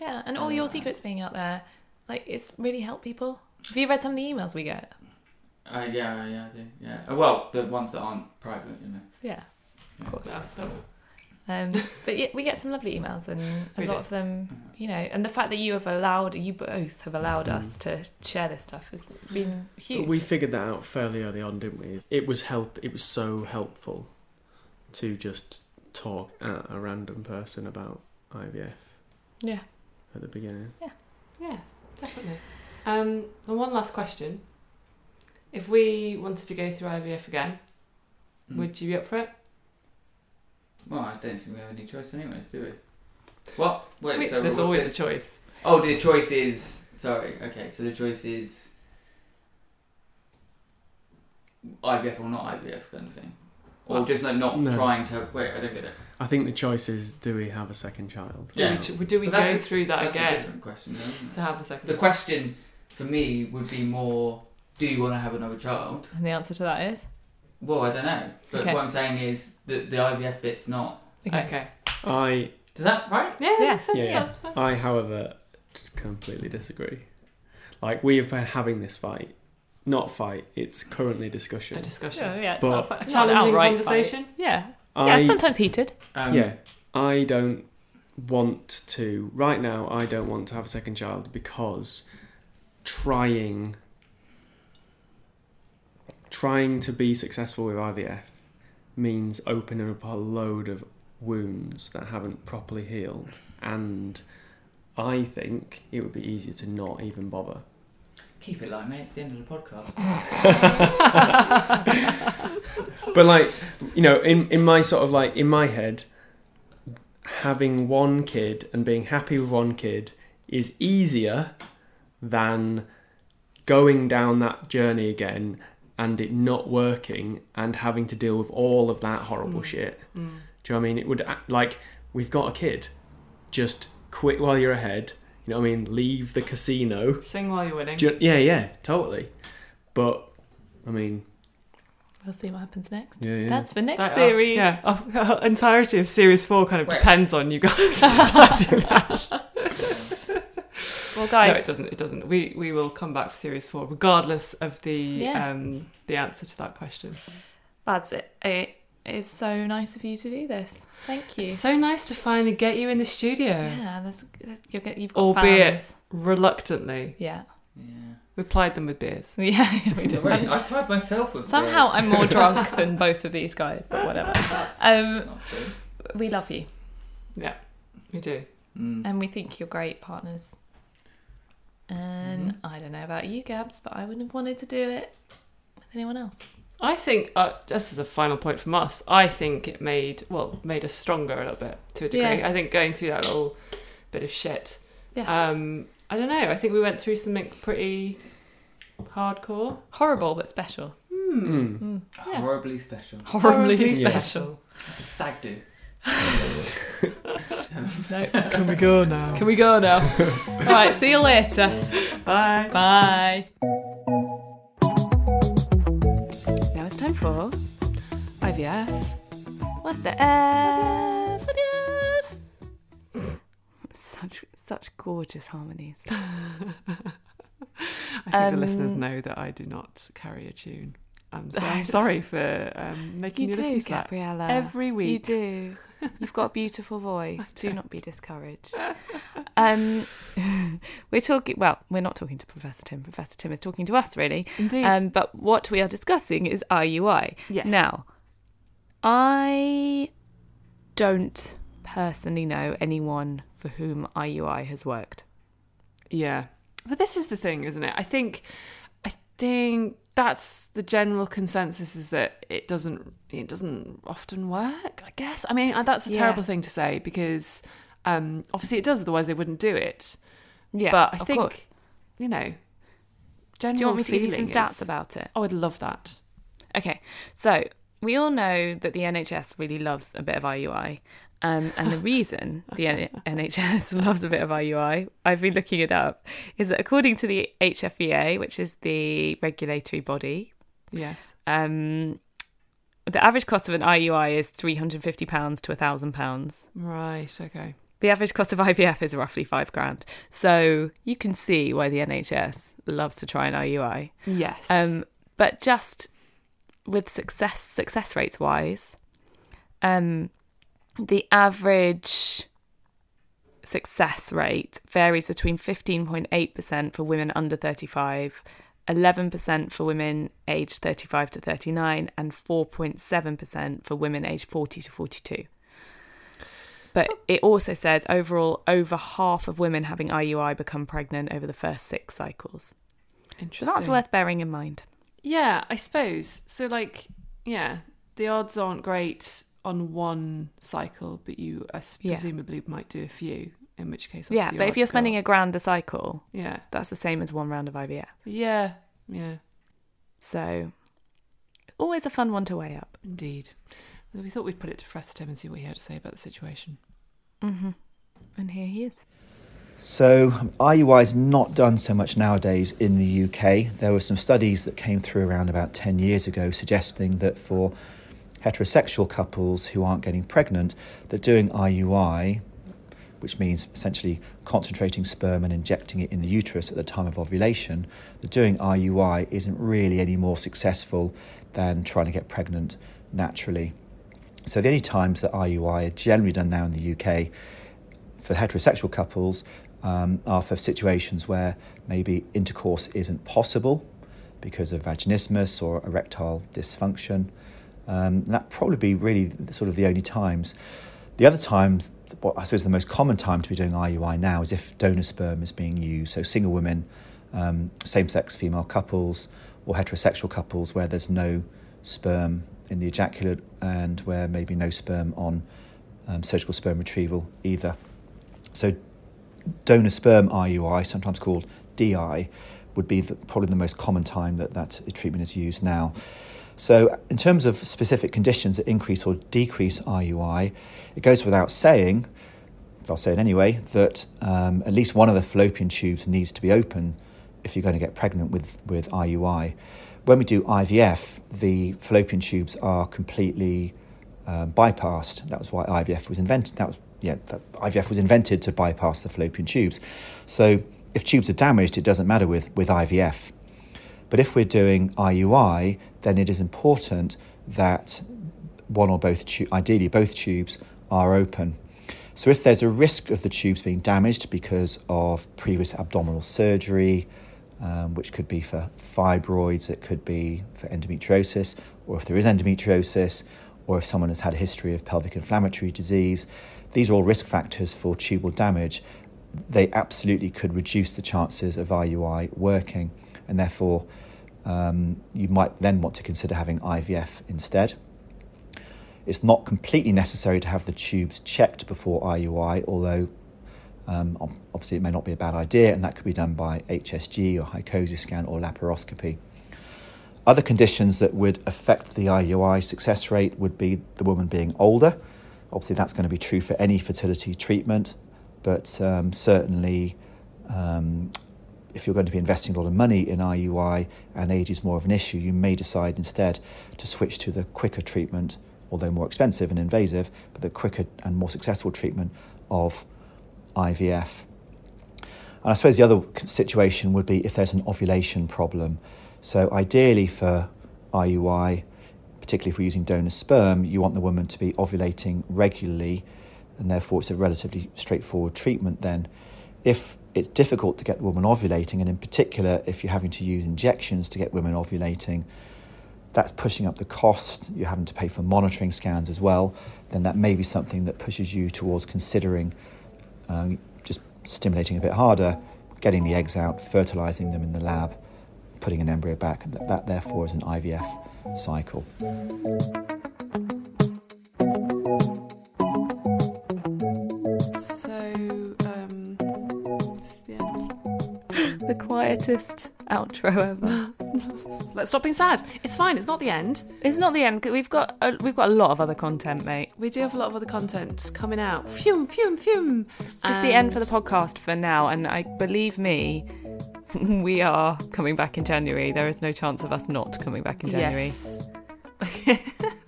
S1: Yeah, and all your
S6: Uh,
S1: secrets being out there, like it's really helped people. Have you read some of the emails we get?
S6: Uh, yeah, yeah, I do. Yeah. Uh, well, the ones that aren't private, you know.
S1: Yeah,
S6: Yeah.
S1: of course.
S2: No, don't-
S1: Um, but yeah, we get some lovely emails, and a
S2: We
S1: lot
S2: do.
S1: of them, you know, and the fact that you have allowed, you both have allowed
S6: Mm.
S1: us to share this stuff has been huge.
S7: But we figured that out fairly early on, didn't we? It was help. It was so helpful to just talk at a random person about IVF
S1: yeah,
S7: at the beginning.
S2: Yeah, definitely. Um, and one last question. If we wanted to go through IVF again,
S6: Mm.
S2: would you be up for it?
S6: Well, I don't think we have any choice anyways, do we? What? Wait,
S2: We-
S6: so
S2: There's
S6: what's
S2: always
S6: the-
S2: a choice.
S6: Oh, the choice is. Sorry, okay, so the choice is. IVF or not IVF kind of thing. Or
S2: Well,
S6: just like not
S7: no.
S6: trying to. Wait, I don't get it.
S7: I think the choice is: do we have a second child?
S2: Do
S6: Yeah.
S2: we, ch- do we
S6: But that's
S2: go
S6: a-
S2: through that
S6: That's a
S2: again
S6: different question, though, isn't it?
S2: to have a second?
S6: The question for me would be more do you want to have another child?
S1: and the answer to that is
S6: Well, I don't know. But
S1: Okay.
S6: what I'm saying is that the IVF bit's not.
S1: okay.
S2: Okay.
S7: I,
S6: Does that right?
S2: Yeah, that
S1: Yeah.
S2: makes sense.
S7: Yeah, yeah.
S2: That's fine.
S7: I, however, just completely disagree. Like we have been having this fight, not fight. It's currently discussion.
S2: A discussion.
S1: Oh, Yeah, yeah, it's
S7: But-
S1: not fi-
S2: A
S1: not
S2: challenging
S1: outright
S2: conversation.
S1: fight. Yeah, yeah,
S7: I,
S1: sometimes heated.
S6: Um,
S7: yeah, I don't want to right now. I don't want to have a second child because trying trying to be successful with IVF means opening up a load of wounds that haven't properly healed, and I think it would be easier to not even bother.
S6: Keep it light, mate. It's the end of the podcast.
S7: But like, you know, in in my sort of like in my head, having one kid and being happy with one kid is easier than going down that journey again and it not working and having to deal with all of that horrible shit. Do you know what I mean? It would act like we've got a kid. Just quit while you're ahead. You know what I mean? Leave the casino.
S2: Sing while you're winning.
S7: Do you- yeah, yeah, totally. But I mean,
S1: We'll see what happens next.
S7: Yeah, yeah.
S1: That's for next
S2: That, uh,
S1: series.
S2: yeah, our, our entirety of series four kind of
S6: Wait.
S2: depends on you guys deciding that.
S1: Well,
S2: no, it
S1: guys,
S2: doesn't. It doesn't. We we will come back for series four, regardless of the
S1: Yeah.
S2: um the answer to that question.
S1: that's it. It is so nice of you to do this. Thank you.
S2: It's so nice to finally get you in the studio,
S1: yeah, that's, that's you're, get- you've got
S2: albeit
S1: fans.
S2: reluctantly.
S1: Yeah,
S2: We plied them with beers.
S1: yeah, we did.
S6: Wait, I tried myself with
S1: Somehow
S6: this.
S1: I'm more drunk than both of these guys, but whatever.
S6: That's
S1: Um,
S6: not true.
S1: we love you,
S2: Yeah, we do.
S6: Hmm.
S1: and we think you're great partners. And
S2: Mm-hmm.
S1: I don't know about you, Gabs, but I wouldn't have wanted to do it with anyone else.
S2: I think, uh, just as a final point from us, I think it made well made us stronger a little bit to a degree.
S1: Yeah.
S2: I think going through that little bit of shit.
S1: Yeah.
S2: Um, I don't know. I think we went through something pretty hardcore,
S1: Horrible but special.
S8: Hmm.
S6: Mm. Horribly special.
S1: Hmm. Horribly,
S2: Horribly
S1: special.
S6: Stag do.
S2: Can we go now?
S1: Can we go now? All right, see you later.
S2: Bye.
S1: Bye.
S9: Now it's time for IVF. What the F? What the F? Such, such gorgeous harmonies. Um,
S2: I think
S1: Um,
S2: the listeners know that I do not carry a tune. I'm, so, I'm sorry for um, making you,
S1: You
S2: listen
S1: do,
S2: to that.
S1: Gabriella.
S2: Every
S1: You
S2: week.
S1: do. You've got a beautiful voice. do not be discouraged. Um, we're talking, well, we're not talking to Professor Tim. Professor Tim is talking to us, really.
S2: Indeed.
S1: Um, but what we are discussing is RUI.
S2: Yes.
S1: Now, I don't personally know anyone for whom RUI has worked.
S2: Yeah. But this is the thing, isn't it? I think I think that's the general consensus is that it doesn't it doesn't often work, I guess. I mean, that's a
S1: Yeah.
S2: terrible thing to say because um obviously it does otherwise they wouldn't do it.
S1: Yeah,
S2: but I
S1: of
S2: think
S1: course.
S2: you know general
S1: Do you want me to give you some
S2: feeling
S1: stats
S2: is-
S1: about it?
S2: Oh, I'd love that.
S1: Okay, so we all know that the NHS really loves a bit of IUI. Um, and the reason the N- NHS loves a bit of IUI, I've been looking it up, is that according to the HFEA, which is the regulatory body,
S2: Yes.
S1: um, the average cost of an IUI is £350 to £1,000.
S2: Right, okay.
S1: The average cost of IVF is roughly five grand. So you can see why the NHS loves to try an IUI.
S2: Yes.
S1: Um, but just with success success rates wise, um, the average success rate varies between fifteen point eight percent for women under thirty five. 11% for women aged 35 to 39 and 4.7% for women aged 40 to 42. But it also says overall, over half of women having IUI become pregnant over the first six cycles. So
S2: interesting.
S1: that's worth bearing in mind.
S2: Yeah, I suppose. So, like, yeah, the odds aren't great on one cycle, but you uh, s-
S1: Yeah.
S2: presumably might do a few, in which case,
S1: Yeah,
S2: obviously
S1: but
S2: your
S1: if you're
S2: odds go
S1: spending a
S2: up.
S1: grand a cycle,
S2: Yeah,
S1: that's the same as one round of IVF.
S2: yeah, yeah,
S1: So always a fun one to weigh up.
S2: indeed. Well, We thought we'd put it to Professor Tim and see what he had to say about the situation. Mm-hmm.
S1: And here he is.
S10: So, IUI is not done so much nowadays in the UK. There were some studies that came through around about 10 years ago suggesting that for heterosexual couples who aren't getting pregnant, that doing IUI, which means essentially concentrating sperm and injecting it in the uterus at the time of ovulation, that doing IUI isn't really any more successful than trying to get pregnant naturally. So, the only times that IUI are generally done now in the UK for heterosexual couples um, are for situations where maybe intercourse isn't possible because of vaginismus or erectile dysfunction. Um, that probably be really the- sort of the only times. The other times, what I suppose the most common time to be doing IUI now is if donor sperm is being used. So single women, um, same-sex female couples, or heterosexual couples where there's no sperm in the ejaculate and where maybe no sperm on um, surgical sperm retrieval either. So, donor sperm IUI, sometimes called DI, would be the, probably the most common time that that treatment is used now. So, in terms of specific conditions that increase or decrease IUI, it goes without saying, but I'll say it anyway, that um, at least one of the fallopian tubes needs to be open if you're going to get pregnant with, with IUI. When we do IVF, the fallopian tubes are completely um, bypassed. That was why IVF was invented. That was yeah, that IVF was invented to bypass the fallopian tubes. So if tubes are damaged, it doesn't matter with, with IVF. But if we're doing IUI, then it is important that one or both, tu- ideally both tubes, are open. So if there's a risk of the tubes being damaged because of previous abdominal surgery, um, which could be for fibroids, it could be for endometriosis, or if there is endometriosis, or if someone has had a history of pelvic inflammatory disease, these are all risk factors for tubal damage. They absolutely could reduce the chances of IUI working, and therefore um, you might then want to consider having IVF instead. It's not completely necessary to have the tubes checked before IUI, although um, ob- obviously it may not be a bad idea, and that could be done by HSG or hycosis scan or laparoscopy. Other conditions that would affect the IUI success rate would be the woman being older. Obviously, that's going to be true for any fertility treatment, but um, certainly um, if you're going to be investing a lot of money in IUI and age is more of an issue, you may decide instead to switch to the quicker treatment, although more expensive and invasive, but the quicker and more successful treatment of IVF. And I suppose the other situation would be if there's an ovulation problem. So, ideally for IUI, particularly if we're using donor sperm, you want the woman to be ovulating regularly, and therefore it's a relatively straightforward treatment then. If it's difficult to get the woman ovulating, and in particular if you're having to use injections to get women ovulating, that's pushing up the cost. You're having to pay for monitoring scans as well, then that may be something that pushes you towards considering um, just stimulating a bit harder, getting the eggs out, fertilizing them in the lab, putting an embryo back, and that, that therefore is an IVF cycle.
S11: So, um, it's the end. the quietest outro ever.
S1: Let's stop being sad. It's fine. It's not the end. It's not the end. 'cause We've got a, Oh, we've got a lot of other content, mate.
S2: We do have a lot of other content coming out. Fume, fume, fume.
S1: It's just the end for the podcast for now. And I believe me, we are coming back in January. There is no chance of us not coming back in January.
S2: Yes.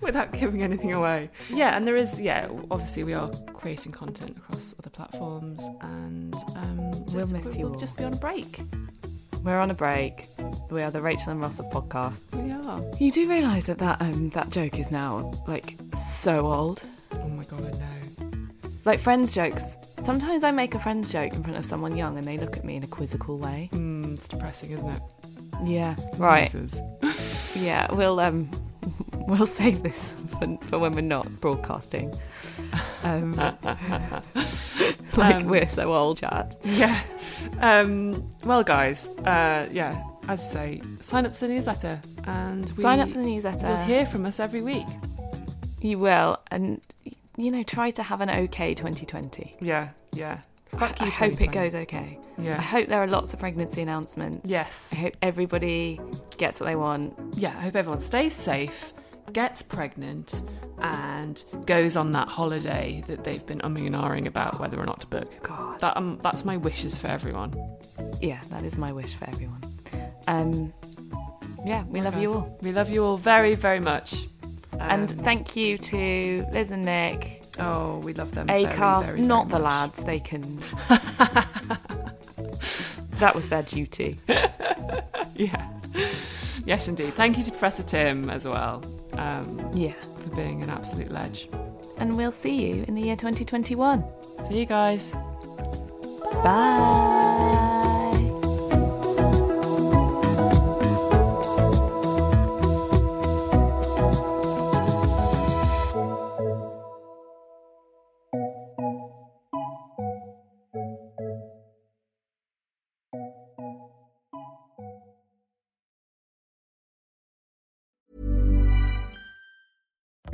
S2: Without giving anything away. Yeah, and there is, yeah, obviously we are creating content across other platforms and um, so
S1: We'll
S2: it's-
S1: miss you
S2: We'll
S1: all.
S2: just be on a break.
S1: We're on a break. We are the Rachel and Ross of podcasts.
S2: We are.
S11: You do realise that that um that joke is now like so old.
S2: Oh my god, I know.
S11: Like friends jokes. Sometimes I make a friends joke in front of someone young and they look at me in a quizzical way.
S2: Mm, it's depressing, isn't it?
S11: Yeah.
S1: Right.
S2: Noises.
S11: Yeah, we'll um we'll save this for, for when we're not broadcasting. Um, like
S2: Um,
S11: we're so old, Chad.
S2: Yeah. Um, well, guys, uh, yeah, as I say, sign up to the newsletter and we,
S11: Sign up for the newsletter.
S2: You'll hear from us every week.
S11: You will, and you know, try to have an okay 2020.
S2: Yeah, yeah. Fuck
S11: I
S2: you,
S11: hope it
S2: 2020.
S11: goes okay. I
S2: Yeah.
S11: hope there are lots of pregnancy announcements.
S2: Yes.
S11: I hope everybody gets what they want.
S2: Yeah, I hope everyone stays safe, gets pregnant, and goes on that holiday that they've been umming and ahhing about whether or not to book.
S11: God.
S2: That, um, that's my wishes for everyone.
S11: Yeah, that is my wish for everyone. Um, yeah, we love you
S2: Guys,
S11: all.
S2: We love you all very, very much.
S11: and
S2: Um,
S11: thank you to Liz and Nick,
S2: oh, we love them. very,
S11: Acast,
S2: very,
S11: not the
S2: very much.
S11: lads. They can. that was their duty.
S2: Yeah. Yes, indeed. Thank you to Professor Tim as well um,
S11: Yeah.
S2: for being an absolute ledge.
S11: And we'll see you in the year 2021.
S2: See you guys.
S11: Bye.